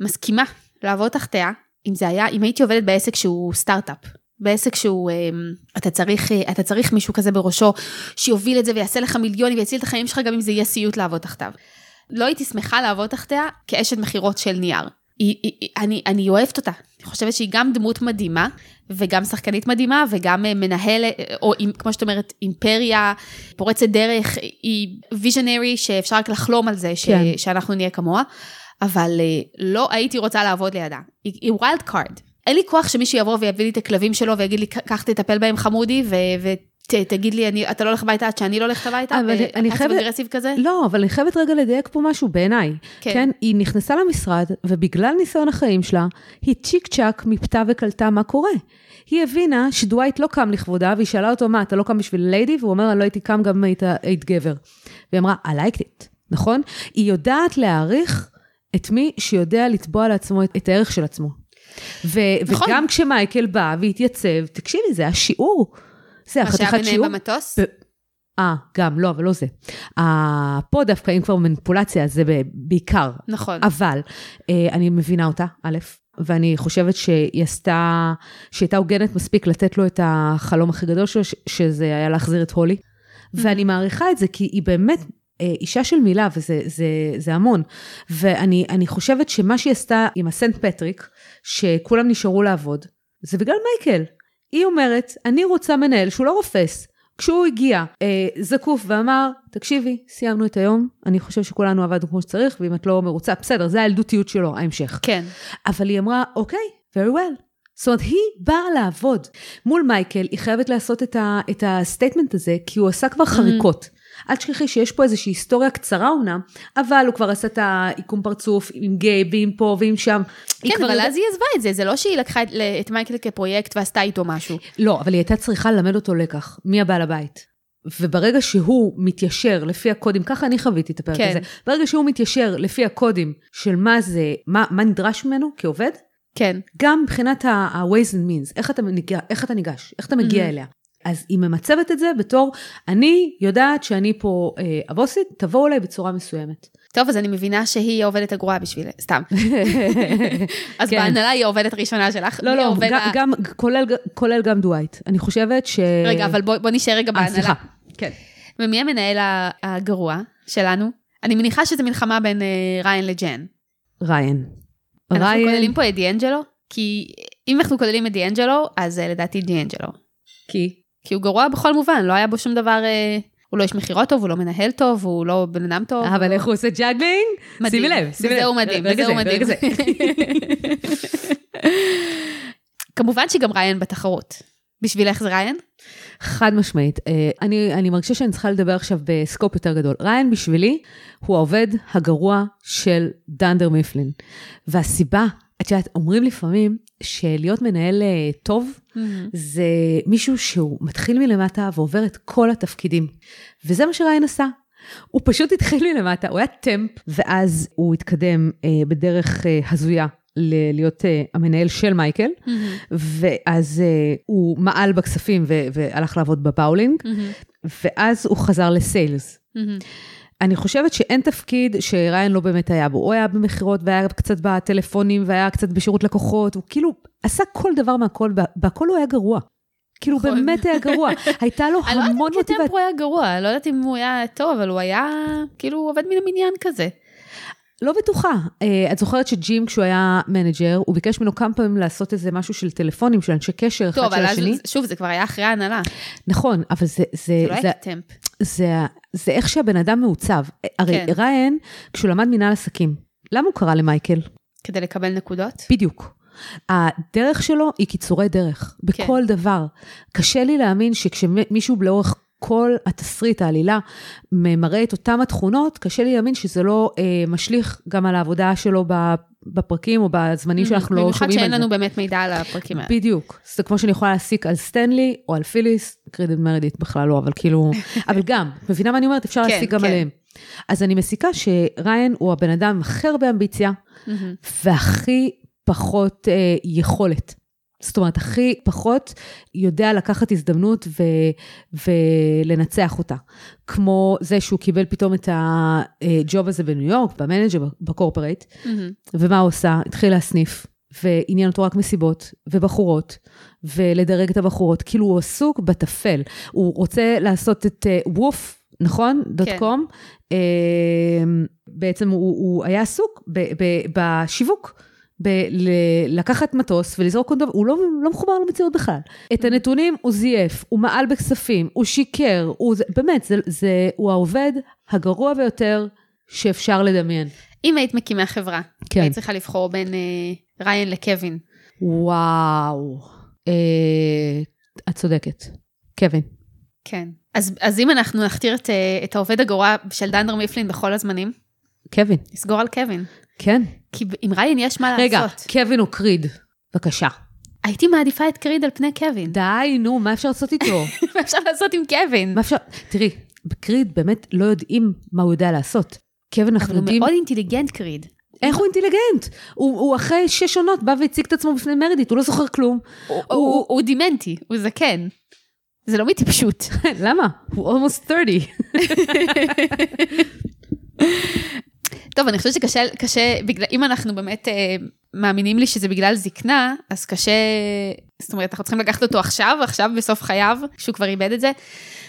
מסכימה לעבוד תחתיה, אם זה היה, אם הייתי עובדת בעסק שהוא סטארט-אפ. בעסק שהוא, אמ, אתה צריך, אה, אתה צריך מישהו כזה בראשו, שיוביל את זה ויעשה לך מיליונים ויציל את החיים שלך, גם אם זה יהיה סיוט לעבוד תחתיו. לא הייתי שמחה לעבוד תחתיה כאשת מכירות של נייר. היא, היא, היא, אני, אני אוהבת אותה. אני חושבת שהיא גם דמות מדהימה, וגם שחקנית מדהימה, וגם אה, מנהלת, אה, או עם, כמו שאת אומרת, אימפריה, פורצת דרך, אה, היא ויז'נרי, שאפשר רק לחלום על זה, ש, כן. שאנחנו נהיה כמוה, אבל אה, לא הייתי רוצה לעבוד לידה. היא, היא ווילד קארד. אין לי כוח שמישהו יבוא ויביא לי את הכלבים שלו ויגיד לי, קח תטפל בהם חמודי, ו... ו תגיד לי, אני, אתה לא הולך הביתה עד שאני לא הולכת הביתה? אבל ו- אני אתה חייבת- אגרסיב כזה? לא, אבל אני חייבת רגע לדייק פה משהו בעיניי. כן. כן. כן, היא נכנסה למשרד, ובגלל ניסיון החיים שלה, היא צ'יק צ'אק מיפתה וקלטה מה קורה. היא הבינה שדווייט לא קם לכבודה, והיא שאלה אותו, מה, אתה לא קם בשביל ליידי? והוא אומר, אני לא הייתי קם גם אם היית, היית גבר. והיא אמרה, I liked it, נכון? היא יודעת להעריך את מי שיודע לתבוע לעצמו את, את הערך של עצמו. ו- נכון. נכון. וגם כשמייקל בא והתייצב, תקשיבי, זה השיעור. זה מה שהיה החתיכת ביניהם שיעור. במטוס? ב- אה, גם, לא, אבל לא זה. אה, פה דווקא, אם כבר מניפולציה, אז זה ב- בעיקר. נכון. אבל אה, אני מבינה אותה, א', ואני חושבת שהיא עשתה, שהיא הייתה הוגנת מספיק לתת לו את החלום הכי גדול שלו, ש- שזה היה להחזיר את הולי. ואני מעריכה את זה, כי היא באמת אה, אישה של מילה, וזה זה, זה המון. ואני אני חושבת שמה שהיא עשתה עם הסנט פטריק, שכולם נשארו לעבוד, זה בגלל מייקל. היא אומרת, אני רוצה מנהל שהוא לא רופס. כשהוא הגיע אה, זקוף ואמר, תקשיבי, סיימנו את היום, אני חושב שכולנו עבדנו כמו שצריך, ואם את לא מרוצה, בסדר, זה הילדותיות שלו, ההמשך. כן. אבל היא אמרה, אוקיי, very well. זאת אומרת, היא באה לעבוד. מול מייקל, היא חייבת לעשות את, ה, את הסטייטמנט הזה, כי הוא עשה כבר Mm-hmm. חריקות. אל תשכחי שיש פה איזושהי היסטוריה קצרה אומנם, אבל הוא כבר עשה את העיקום פרצוף עם גיי ועם פה ועם שם. היא כן, כבר אבל יודעת- אז היא עזבה את זה, זה לא שהיא לקחה את- את מייקל כפרויקט ועשתה איתו משהו. לא, אבל היא הייתה צריכה ללמד אותו לקח, מי הבעל הבית. וברגע שהוא מתיישר לפי הקודים, ככה אני חוויתי את הפרק כן. הזה, ברגע שהוא מתיישר לפי הקודים של מה זה, מה, מה נדרש ממנו כעובד, כן. גם מבחינת ה-Ways and Means, איך אתה, מגיע, איך אתה ניגש, איך אתה מגיע Mhm. אליה. אז היא ממצבת את זה בתור, אני יודעת שאני פה אה, הבוסית, תבואו אליי בצורה מסוימת. טוב, אז אני מבינה שהיא העובדת הגרועה בשביל... סתם. אז כן. בהנהלה היא העובדת הראשונה שלך. לא, מי לא, העובד גם, ה- גם, כולל, כולל גם דווייט. אני חושבת ש... רגע, אבל בוא בוא נשאר רגע אה, בהנהלה. סליחה. כן. ומי המנהל ה- הגרוע שלנו? אני מניחה שזו מלחמה בין אה, ריין לג'ן. ריין. אנחנו ריין- כוללים פה את דיאנג'לו, כי אם אנחנו כוללים את דיאנג'לו, אז אה, לדעתי דיאנג'לו. כי? כי הוא גרוע בכל מובן, לא היה בו שום דבר... אה, הוא לא איש מכירות טוב, הוא לא מנהל טוב, הוא לא בן אדם טוב. אבל איך הוא עושה ג'אגלינג? מדהים. שימי לב, שימי לב. בזה הוא מדהים, בזה ברגע זה, הוא מדהים. ברגע זה. כמובן שגם ריין בתחרות. בשבילך זה ריין? חד משמעית. אה, אני, אני מרגישה שאני צריכה לדבר עכשיו בסקופ יותר גדול. ריין בשבילי הוא העובד הגרוע של דנדר מיפלין. והסיבה, את יודעת, אומרים לפעמים שלהיות מנהל אה, טוב, זה מישהו שהוא מתחיל מלמטה ועובר את כל התפקידים. וזה מה שריין עשה. הוא פשוט התחיל מלמטה, הוא היה טמפ, ואז הוא התקדם אה, בדרך אה, הזויה ל- להיות אה, המנהל של מייקל, ואז אה, הוא מעל בכספים ו- והלך לעבוד בבאולינג, ואז הוא חזר לסיילס. אני חושבת שאין תפקיד שריין לא באמת היה בו. הוא היה במכירות והיה קצת בטלפונים והיה קצת בשירות לקוחות, הוא כאילו עשה כל דבר מהכל, וה- בהכל הוא היה גרוע. כאילו נכון. באמת היה גרוע. הייתה לו אני לא המון יודעת אם מוטיבציה. טמפו היה גרוע, לא יודעת אם הוא היה טוב, אבל הוא היה כאילו הוא עובד מן המניין כזה. לא בטוחה. אה, את זוכרת שג'ים, כשהוא היה מנג'ר, הוא ביקש ממנו כמה פעמים לעשות איזה משהו של טלפונים, של אנשי קשר אחד טוב, של אבל אז, השני. שוב, זה כבר היה אחרי ההנהלה, נכון, אבל זה... זה לא זה- היה טמפ. זה, ה- זה איך שהבן אדם מעוצב. הרי כן. כן. ריין, כשהוא למד מנהל עסקים, למה הוא קרא למייקל? כדי לקבל נקודות? בדיוק. הדרך שלו היא קיצורי דרך, בכל כן. דבר. קשה לי להאמין שכשמישהו לאורך כל התסריט, העלילה, מראה את אותם התכונות, קשה לי להאמין שזה לא אה, משליך גם על העבודה שלו ב- בפרקים או בזמנים שאנחנו לא Mm-hmm. במיוחד שומעים על שאין זה. לנו באמת מידע על הפרקים האלה. בדיוק. זה כמו שאני יכולה להסיק על סטנלי או על פיליס, קרדיט מרדית בכלל לא, אבל כאילו... אבל גם, מבינה מה אני אומרת? אפשר כן, להסיק גם כן. עליהם. אז אני מסיקה שריין הוא הבן אדם עם הכי הרבה אמביציה מהמם. והכי פחות אה, יכולת. זאת אומרת, הכי פחות יודע לקחת הזדמנות ו, ולנצח אותה. כמו זה שהוא קיבל פתאום את הג'וב הזה בניו יורק, במנג'ר, בקורפרייט, מהמם. ומה הוא עשה? התחיל להסניף, ועניין אותו רק מסיבות, ובחורות, ולדרג את הבחורות. כאילו הוא עסוק בטפל. הוא רוצה לעשות את אה, ווף, נכון? דוט קום. אמ, בעצם הוא, הוא היה עסוק ב, ב, בשיווק. ב- ל- לקחת מטוס ולזרוק כל דבר, הוא לא, לא מחובר למציאות בכלל. את הנתונים הוא זייף, הוא מעל בכספים, הוא שיקר, הוא, זה- באמת, זה, זה, הוא העובד הגרוע ביותר שאפשר לדמיין. אם היית מקימה חברה, כן. היית צריכה לבחור בין אה, ריין לקווין. וואו. אה, את צודקת. קווין. כן. אז, אז אם אנחנו נכתיר את, אה, את העובד הגרוע של דנדר מיפלין בכל הזמנים, קווין, נסגור על קווין. כן. כי ב- עם ריין יש מה רגע, לעשות. קווין או קריד? בבקשה. הייתי מעדיפה את קריד על פני קווין. די, נו, מה אפשר לעשות איתו? מה אפשר לעשות עם קווין? מה אפשר... תראי, בקריד באמת לא יודעים מה הוא יודע לעשות. קווין, אבל אנחנו הוא יודעים מאוד אינטליגנט קריד. איך הוא אינטליגנט. הוא הוא אחרי שש עונות בא והציג את עצמו בפני מרדית, הוא לא זוכר כלום. הוא- הוא הוא דימנטי, הוא זקן. זה לא מטיפשות. למה? הוא almost 30. טוב, אני חושבת שקשה, קשה, בגלל, אם אנחנו באמת אה, מאמינים לי שזה בגלל זקנה, אז קשה זאת אומרת, אנחנו צריכים לקחת אותו עכשיו, עכשיו בסוף חייו, שהוא כבר איבד את זה.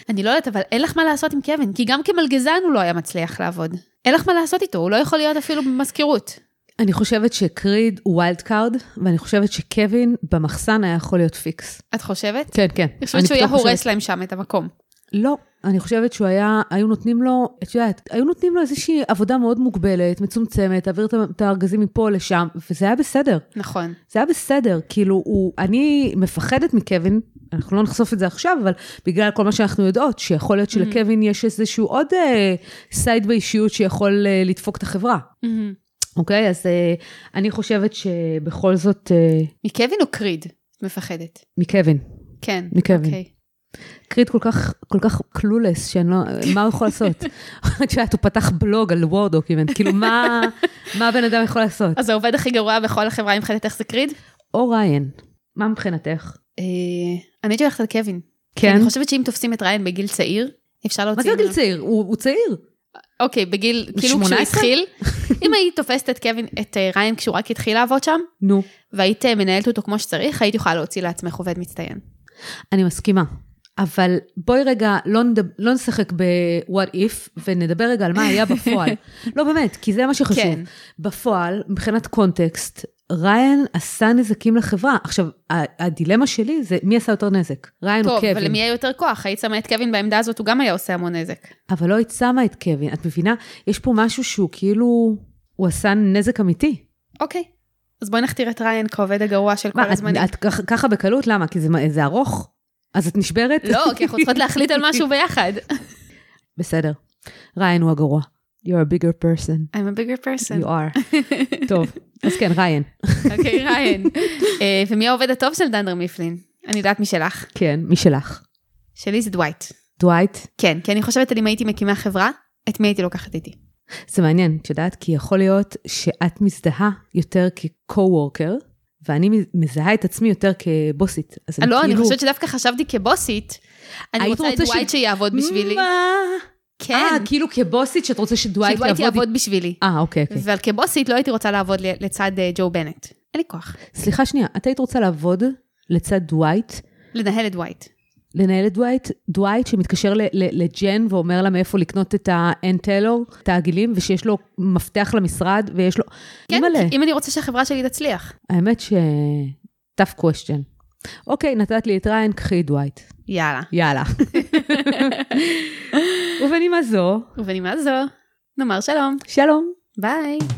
אני לא יודעת, אבל אין לך מה לעשות עם קווין, כי גם כמלגזן הוא לא היה מצליח לעבוד. אין לך מה לעשות איתו, הוא לא יכול להיות אפילו במזכירות. אני חושבת שקריד הוא ווילד קארד, ואני חושבת שקווין במחסן היה יכול להיות פיקס. את חושבת? כן, כן. אני חושבת שהוא היה הורס להם שם את המקום. לא, אני חושבת שהוא היה, היו נותנים לו, את יודעת, היו נותנים לו איזושהי עבודה מאוד מוגבלת, מצומצמת, תעביר את ה- את הארגזים מפה לשם, וזה היה בסדר. נכון. זה היה בסדר, כאילו, הוא, אני מפחדת מקווין, אנחנו לא נחשוף את זה עכשיו, אבל בגלל כל מה שאנחנו יודעות, שיכול להיות שלקווין יש איזשהו עוד אה, סייד באישיות שיכול אה, לדפוק את החברה, אוקיי? אז אה, אני חושבת שבכל זאת, אה, מקווין או קריד? מפחדת. מקווין. כן. מקווין. אוקיי. קריט כל כך, כל כך קלולס, שאני לא, מה הוא יכול לעשות? את יודעת, הוא פתח בלוג על וורד דוקימנט, כאילו מה, מה הבן אדם יכול לעשות? אז העובד הכי גרוע בכל החברה, אם מבחינתך זה קריד? או ריין, מה מבחינתך? אה, אני הייתי הולכת על קווין. כי כן? אני חושבת לא- שאם תופסים את ריין בגיל צעיר, אפשר מה להוציא... זה בגיל ממנו- צעיר? הוא, הוא צעיר. אוקיי, בגיל, כאילו כשהוא 18? התחיל, אם היית תופסת את קווין, את אה, ריין כשהוא רק התחיל לעבוד שם, נו, והיית אה, מנהלת אותו כמו שצריך, היית יכולה להוציא לעצמך עובד מצטיין. אני מסכימה. אבל בואי רגע, לא, נדב, לא נשחק ב-what if, ונדבר רגע על מה היה בפועל. לא, באמת, כי זה מה שחשוב. כן. בפועל, מבחינת קונטקסט, ריין עשה נזקים לחברה. עכשיו, ה- הדילמה שלי זה מי עשה יותר נזק, ריין או טוב, קווין. אבל למי היה יותר כוח? היית שמה את קווין בעמדה הזאת, הוא גם היה עושה המון נזק. אבל לא היית שמה את קווין, את מבינה? יש פה משהו שהוא כאילו, הוא עשה נזק אמיתי. אוקיי. אז בואי נכתיר את ריין כעובד הגרוע של כל מה, את, הזמנים. את ככה- ככה בקלות? למה? כי זה, זה ארוך? אז את נשברת? לא, כי אנחנו צריכות להחליט על משהו ביחד. בסדר. ריין הוא הגרוע. You're a bigger person. I'm a bigger person. You are. טוב, אז כן, ריין. לא. אוקיי, ריין. אה, ומי העובד הטוב של דנדר מיפלין? אני יודעת משלך. כן, מי שלך? שלי זה דווייט. דווייט? כן, כי אני חושבת על אם הייתי מקימה חברה, את מי הייתי לוקחת איתי. זה מעניין, את יודעת? כי יכול להיות שאת מזדהה יותר כ-co-worker, ואני מזהה את עצמי יותר כבוסית. אז לא, אני כאילו- חושבת שדווקא חשבתי כבוסית, אני היית רוצה את רוצה ש- דווייט שיעבוד בשבילי. מה? כן, אה, כאילו כבוסית שאת רוצה שדווייט שדווייט יעבוד יעבוד בשבילי. אה, אוקיי, אוקיי. אבל כבוסית לא הייתי רוצה לעבוד ל- לצד אה, ג'ו בנט. אין לי כוח. סליחה שנייה, את היית רוצה לעבוד לצד דווייט, לנהל את דווייט. לנהל את דווייט, דווייט שמתקשר ל- ל- לג'ן ואומר לה מאיפה לקנות את האן טלור, את העגילים, ושיש לו מפתח למשרד, ויש לו... כן, אימא'לה, אם אני רוצה שהחברה שלי תצליח. האמת ש... tough question. אוקיי, נתת לי את ריין, קחי את דווייט. יאללה. יאללה. ובנימה זו, ובנימה זו, נאמר שלום. שלום. ביי.